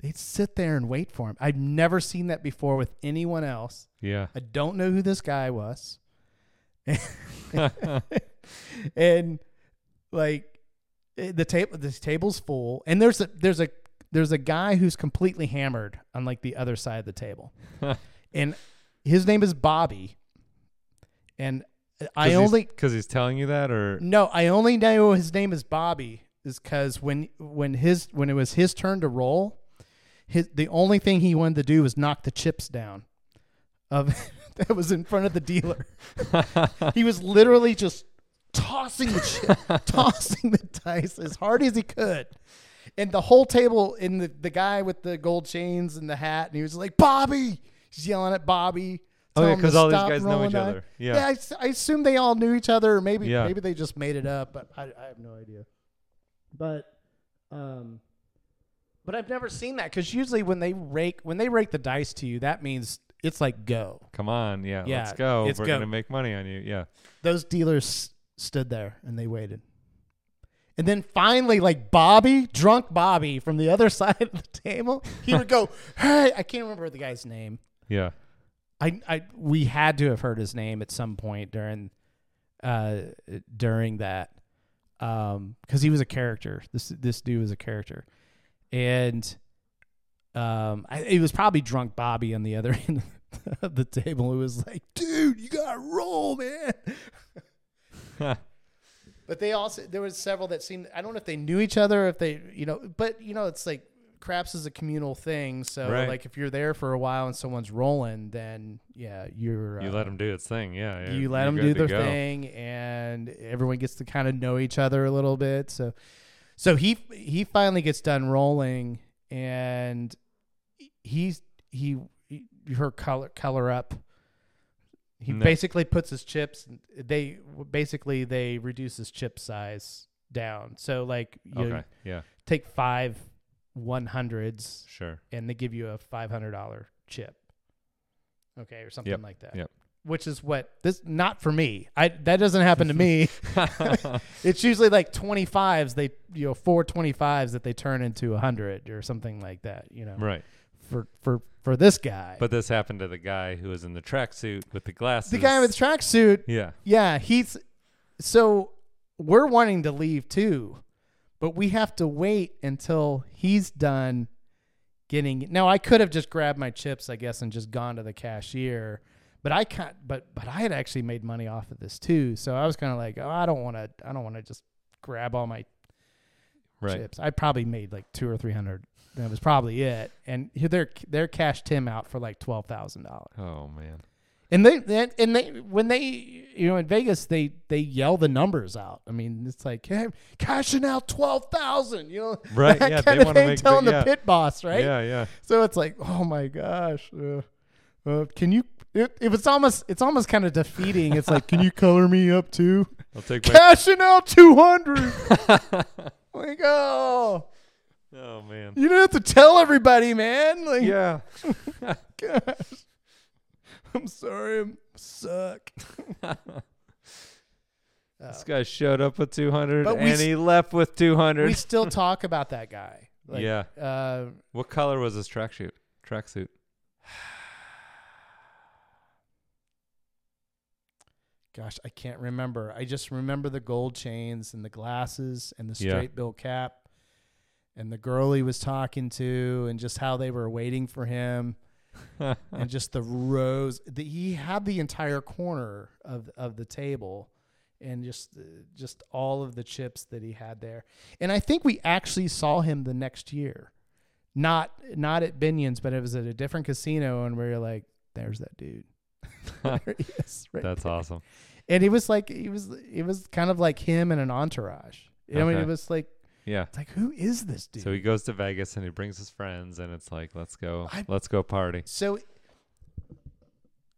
A: they'd sit there and wait for him i've never seen that before with anyone else
D: Yeah.
A: i don't know who this guy was [LAUGHS]
D: Yeah.
A: and like it- the table the table's full and there's a there's a there's a guy who's completely hammered on like the other side of the table and his name is bobby and eh, i only
D: because he's telling you that, or
A: no i only know his name is bobby is because when when his when it was his turn to roll his the only thing he wanted to do was knock the chips down of [LAUGHS] that was in front of the
D: [LAUGHS]
A: dealer he was literally just tossing the chip,
D: [LAUGHS]
A: tossing the dice as hard as he could. And the whole table, and the, the guy with the gold chains and the hat, and he was like, Bobby! He's yelling at Bobby.
D: Oh, yeah,
A: telling him to
D: 'cause all these
A: stop
D: guys know
A: rolling
D: each
A: dice.
D: other. Yeah.
A: I s- I, assume they all knew each other, or maybe,
D: Yeah.
A: maybe they just made it up, but I, I have no idea. But, um, but I've never seen that because usually when they rake when they rake the dice to you, that means it's like go.
D: come on, yeah,
A: Yeah,
D: let's go.
A: it's
D: We're
A: go.
D: gonna make money on you. Yeah.
A: those dealers s- stood there and they waited. And then finally, like Bobby, drunk Bobby from the other [LAUGHS] side of the table, he would go, Hey, I can't remember the guy's name.
D: Yeah. [LAUGHS]
A: I, I we had to have heard his name at some point during uh during that um cuz he was a character this this dude was a character and um I, [LAUGHS] it was probably drunk Bobby on the other end of the table who was like dude you got to roll old man. But they also there was several that seemed I don't know if they knew each other, if they you know, but you know it's like craps is a communal thing. So
D: Right.
A: like if you're there for a while and someone's rolling, then yeah, you're
D: you
A: uh,
D: let him do its thing. Yeah.
A: you let
D: you're
A: them
D: good
A: do
D: to
A: their
D: go.
A: thing, and everyone gets to kind of know each other a little bit. So so he he finally gets done rolling, and he's he, he her color color up. He
D: No.
A: basically puts his chips. They basically they reduce his chip size down. So like you
D: Okay. Yeah.
A: take five one hundreds,
D: Sure.
A: and they give you a five hundred dollar chip. Okay, or something like that.
D: yep.
A: Which is what this not for me. I that doesn't happen to
D: [LAUGHS]
A: me. [LAUGHS] it's usually like 25s they you know four 25s that they turn into a 100 or something like that you know
D: Right.
A: for for for this guy
D: But this happened to the guy who was in the tracksuit with the glasses.
A: the guy with the tracksuit
D: Yeah.
A: yeah he's so we're wanting to leave too but we have to wait until he's done getting now i could have just grabbed my chips i guess and just gone to the cashier but i can't but but i had actually made money off of this too so i was kind of like oh i don't want to i don't want to just grab all my
D: Right.
A: chips. I probably made like two or three hundred. That was probably it. And here they're they're cashed him out for like twelve thousand dollars.
D: Oh man.
A: And they, they and they when they you know in Vegas they they yell the numbers out. I mean it's like hey, cashing out twelve thousand. You know [LAUGHS]
D: Right,
A: that
D: yeah, they
A: kind of
D: wanna
A: thing.
D: make the-
A: Telling the,
D: yeah.
A: pit boss right.
D: Yeah. Yeah.
A: So it's like oh my gosh, uh, uh, can you? It, it was almost it's almost kind of defeating. It's like can you color me up
D: [LAUGHS]
A: too? [LAUGHS]
D: I'll take my.
A: Cashing out two hundred. [LAUGHS] like oh.
D: [LAUGHS] Oh man.
A: You don't have to tell everybody, man. Like,
D: [LAUGHS] Yeah.
A: gosh. I'm sorry. I'm suck. Uh,
D: This guy showed up with 200
A: But
D: and
A: we s-
D: he left with 200.
A: We still talk about that guy. Like,
D: yeah.
A: Uh,
D: What color was his tracksuit?
A: [LAUGHS]
D: Tracksuit. [LAUGHS]
A: gosh, I can't remember. I just remember the gold chains and the glasses and the
D: Yeah.
A: straight bill cap and the girl he was talking to and just how they were waiting for him and just the rows. The, he had the entire corner of of the table, and just uh, just all of the chips that he had there. And I think we actually saw him the next year, not not at Binion's, but it was at a different casino, and we were like, "There's that dude." [LAUGHS] There he is, right
D: That's
A: there.
D: awesome.
A: And it was like it was it was kind of like him and an entourage. You know, I mean,
D: Okay.
A: it was like
D: Yeah.
A: it's like who is this dude?
D: So he goes to Vegas and he brings his friends and it's like, let's go,
A: I-
D: let's
A: [LAUGHS]
D: go party.
A: so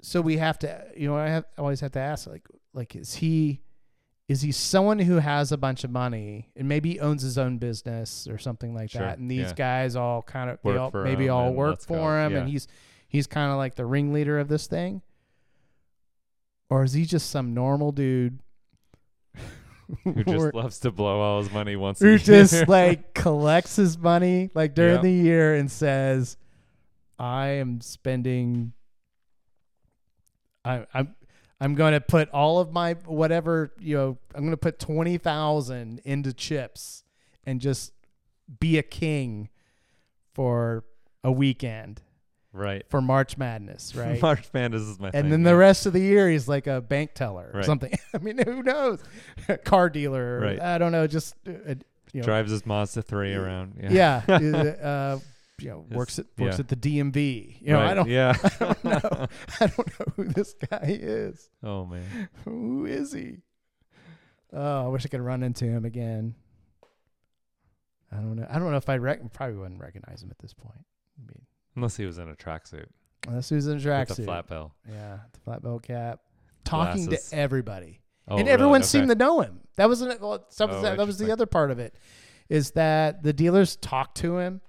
A: so we have to you know i have I always have to ask like like is he is he someone who has a bunch of money and maybe owns his own business or something like
D: Sure,
A: that and these
D: yeah.
A: guys all kind of they
D: Work
A: all,
D: for
A: maybe
D: him
A: all
D: and
A: work
D: let's go,
A: for him and
D: yeah.
A: he's he's kind of like the ringleader of this thing or is he just some normal dude
D: [LAUGHS] Who
A: [LAUGHS] Or-
D: just loves to blow all his money [LAUGHS] once a
A: who
D: year.
A: just like collects his money like during
D: Yeah.
A: the year and says, "I am spending. I, I'm I'm going to put all of my whatever you know. I'm going to put twenty thousand into chips and just be a king for a weekend
D: right.
A: for March
D: [LAUGHS]
A: Madness, right?
D: March Madness is my thing.
A: and then the
D: yeah.
A: rest of the year he's like a bank teller or
D: Right.
A: something. [LAUGHS] I mean, who knows? [LAUGHS] Car dealer.
D: Right.
A: I don't know. Just uh, you know,
D: drives his Mazda 3 around. Yeah.
A: yeah,
D: [LAUGHS]
A: uh, uh, you know,
D: It's-
A: works at works
D: yeah.
A: at the DMV. You know, I
D: Right,
A: don't,
D: Yeah.
A: [LAUGHS] I don't know, I don't know who this guy is.
D: [LAUGHS] oh man.
A: Who is he? Oh, I wish I could run into him again. I don't know. I don't know if I rec- probably wouldn't recognize him at this point. I mean,
D: Unless he was in a tracksuit
A: unless he was in a
D: with a
A: tracksuit.
D: flat bell.
A: Yeah, the flat belt cap. Talking
D: Glasses.
A: to everybody.
D: Oh,
A: and
D: really?
A: everyone
D: Okay.
A: seemed to know him. That was an, well, that was,
D: Oh,
A: that was the
D: interesting.
A: other part of it, is that the dealers talked to him.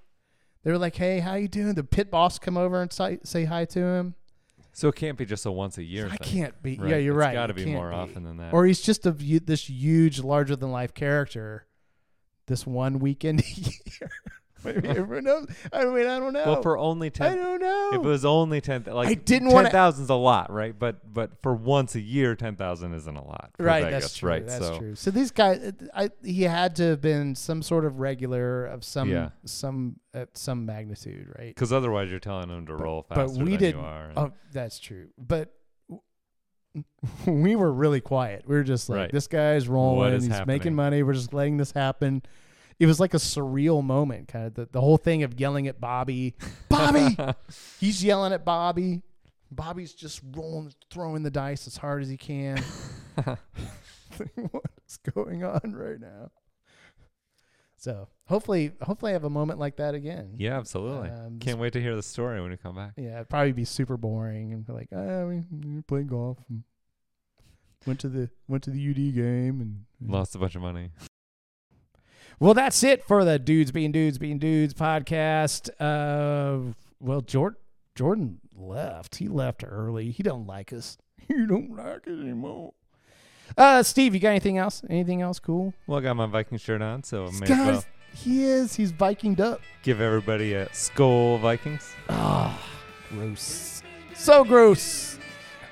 A: They were like, "Hey, how you doing?" The pit boss come over and say, say hi to him.
D: So it can't be just a once a year
A: I
D: thing.
A: can't be.
D: Right.
A: Yeah, you're
D: It's
A: right.
D: got to
A: it
D: be
A: can't
D: more often than that.
A: Or he's just a hu- this huge, larger than life character. This one weekend [LAUGHS] a year. Maybe everyone knows. I mean, I don't know.
D: well, for only
A: I
D: 10
A: don't know.
D: if it was only 10 th- like
A: I didn't wanna-
D: 10,000 is a lot, right? But but for once a year 10,000 isn't a lot. for
A: right
D: Vegas,
A: that's true
D: right?
A: that's
D: so
A: true so these guys I, he had to have been some sort of regular of some
D: Yeah.
A: some at some magnitude right
D: Cuz otherwise you're telling him to roll faster
A: but we
D: than
A: didn't
D: you are. and-
A: oh that's true but w- [LAUGHS] we were really quiet. We were just like,
D: Right.
A: this guy's rolling.
D: What
A: He's
D: is
A: making
D: happening?
A: money. We're just letting this happen. It was like a surreal moment, kind of the, the whole thing of yelling at
D: [LAUGHS]
A: Bobby. Bobby! He's yelling at Bobby. Bobby's just rolling, throwing the dice as hard as he
D: [LAUGHS]
A: can. [LAUGHS] what is going on right now? So hopefully, hopefully, I have a moment like that again.
D: Yeah, absolutely.
A: Um,
D: Can't wait to hear the story when you come back.
A: Yeah, it'd probably be super boring and be like, ah, we, we played golf and went to the went to the UD game and
D: Lost a bunch of money.
H: Well, that's it for the Dudes Being Dudes Being Dudes podcast. Uh, well, Jordan Jordan left. He left early. He don't like us. [LAUGHS] He don't like us anymore. Uh, Steve, you got anything else? Anything else cool?
D: Well, I got my Viking shirt on, so I may as
A: Guys,
D: well
A: he is. He's Vikinged up.
D: give everybody a skull Vikings.
H: Gross. So gross.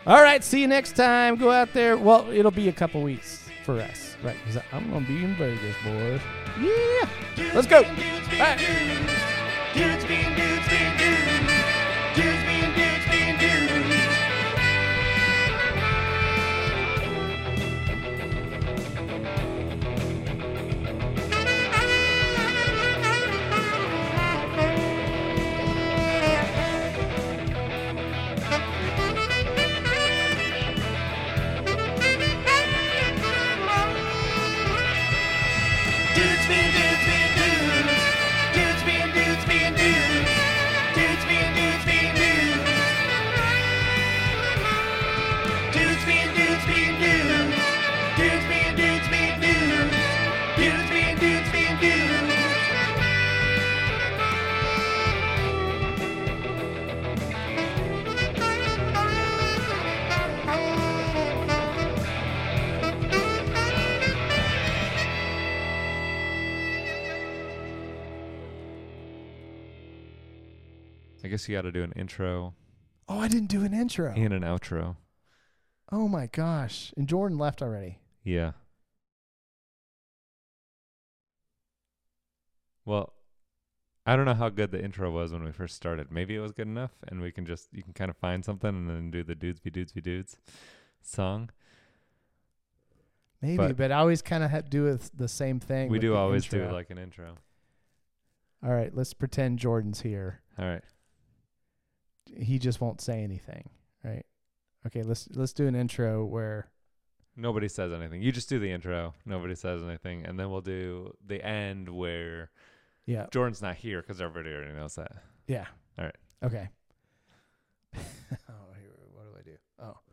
H: All right. See you next time. Go out there. Well, it'll be a couple weeks for us, right? 'Cause I'm gonna be in Vegas, boys. Yeah. Let's go. Bye.
G: Dudes being dudes being dudes. Dudes being dudes being dudes. Dudes being dudes being dudes. Dudes being dudes being dudes. Dudes being dudes being dudes. Dudes being dudes being dudes. Dudes being dudes being dudes. Dudes being dudes being dudes.
D: I guess you got to do an intro
A: Oh, I didn't do an intro.
D: and an outro.
A: Oh my gosh! And Jordan left already.
D: Yeah. Well, I don't know how good the intro was when we first started. Maybe it was good enough, and we can just you can kind of find something and then do the dudes be dudes be dudes song.
A: Maybe, but,
D: But-
A: I always kind of do it the same thing.
D: we
A: with
D: do
A: the
D: always
A: intro.
D: do like an intro.
A: All right, let's pretend Jordan's here.
D: All right.
A: He just won't say anything, right? Okay, let's let's do an intro where
D: Nobody says anything. You just do the intro. Nobody says anything, and then we'll do the end where
A: yeah
D: Jordan's not here because everybody already knows that.
A: yeah. [LAUGHS]
D: All right.
A: Okay. oh, here, what do I do? Oh.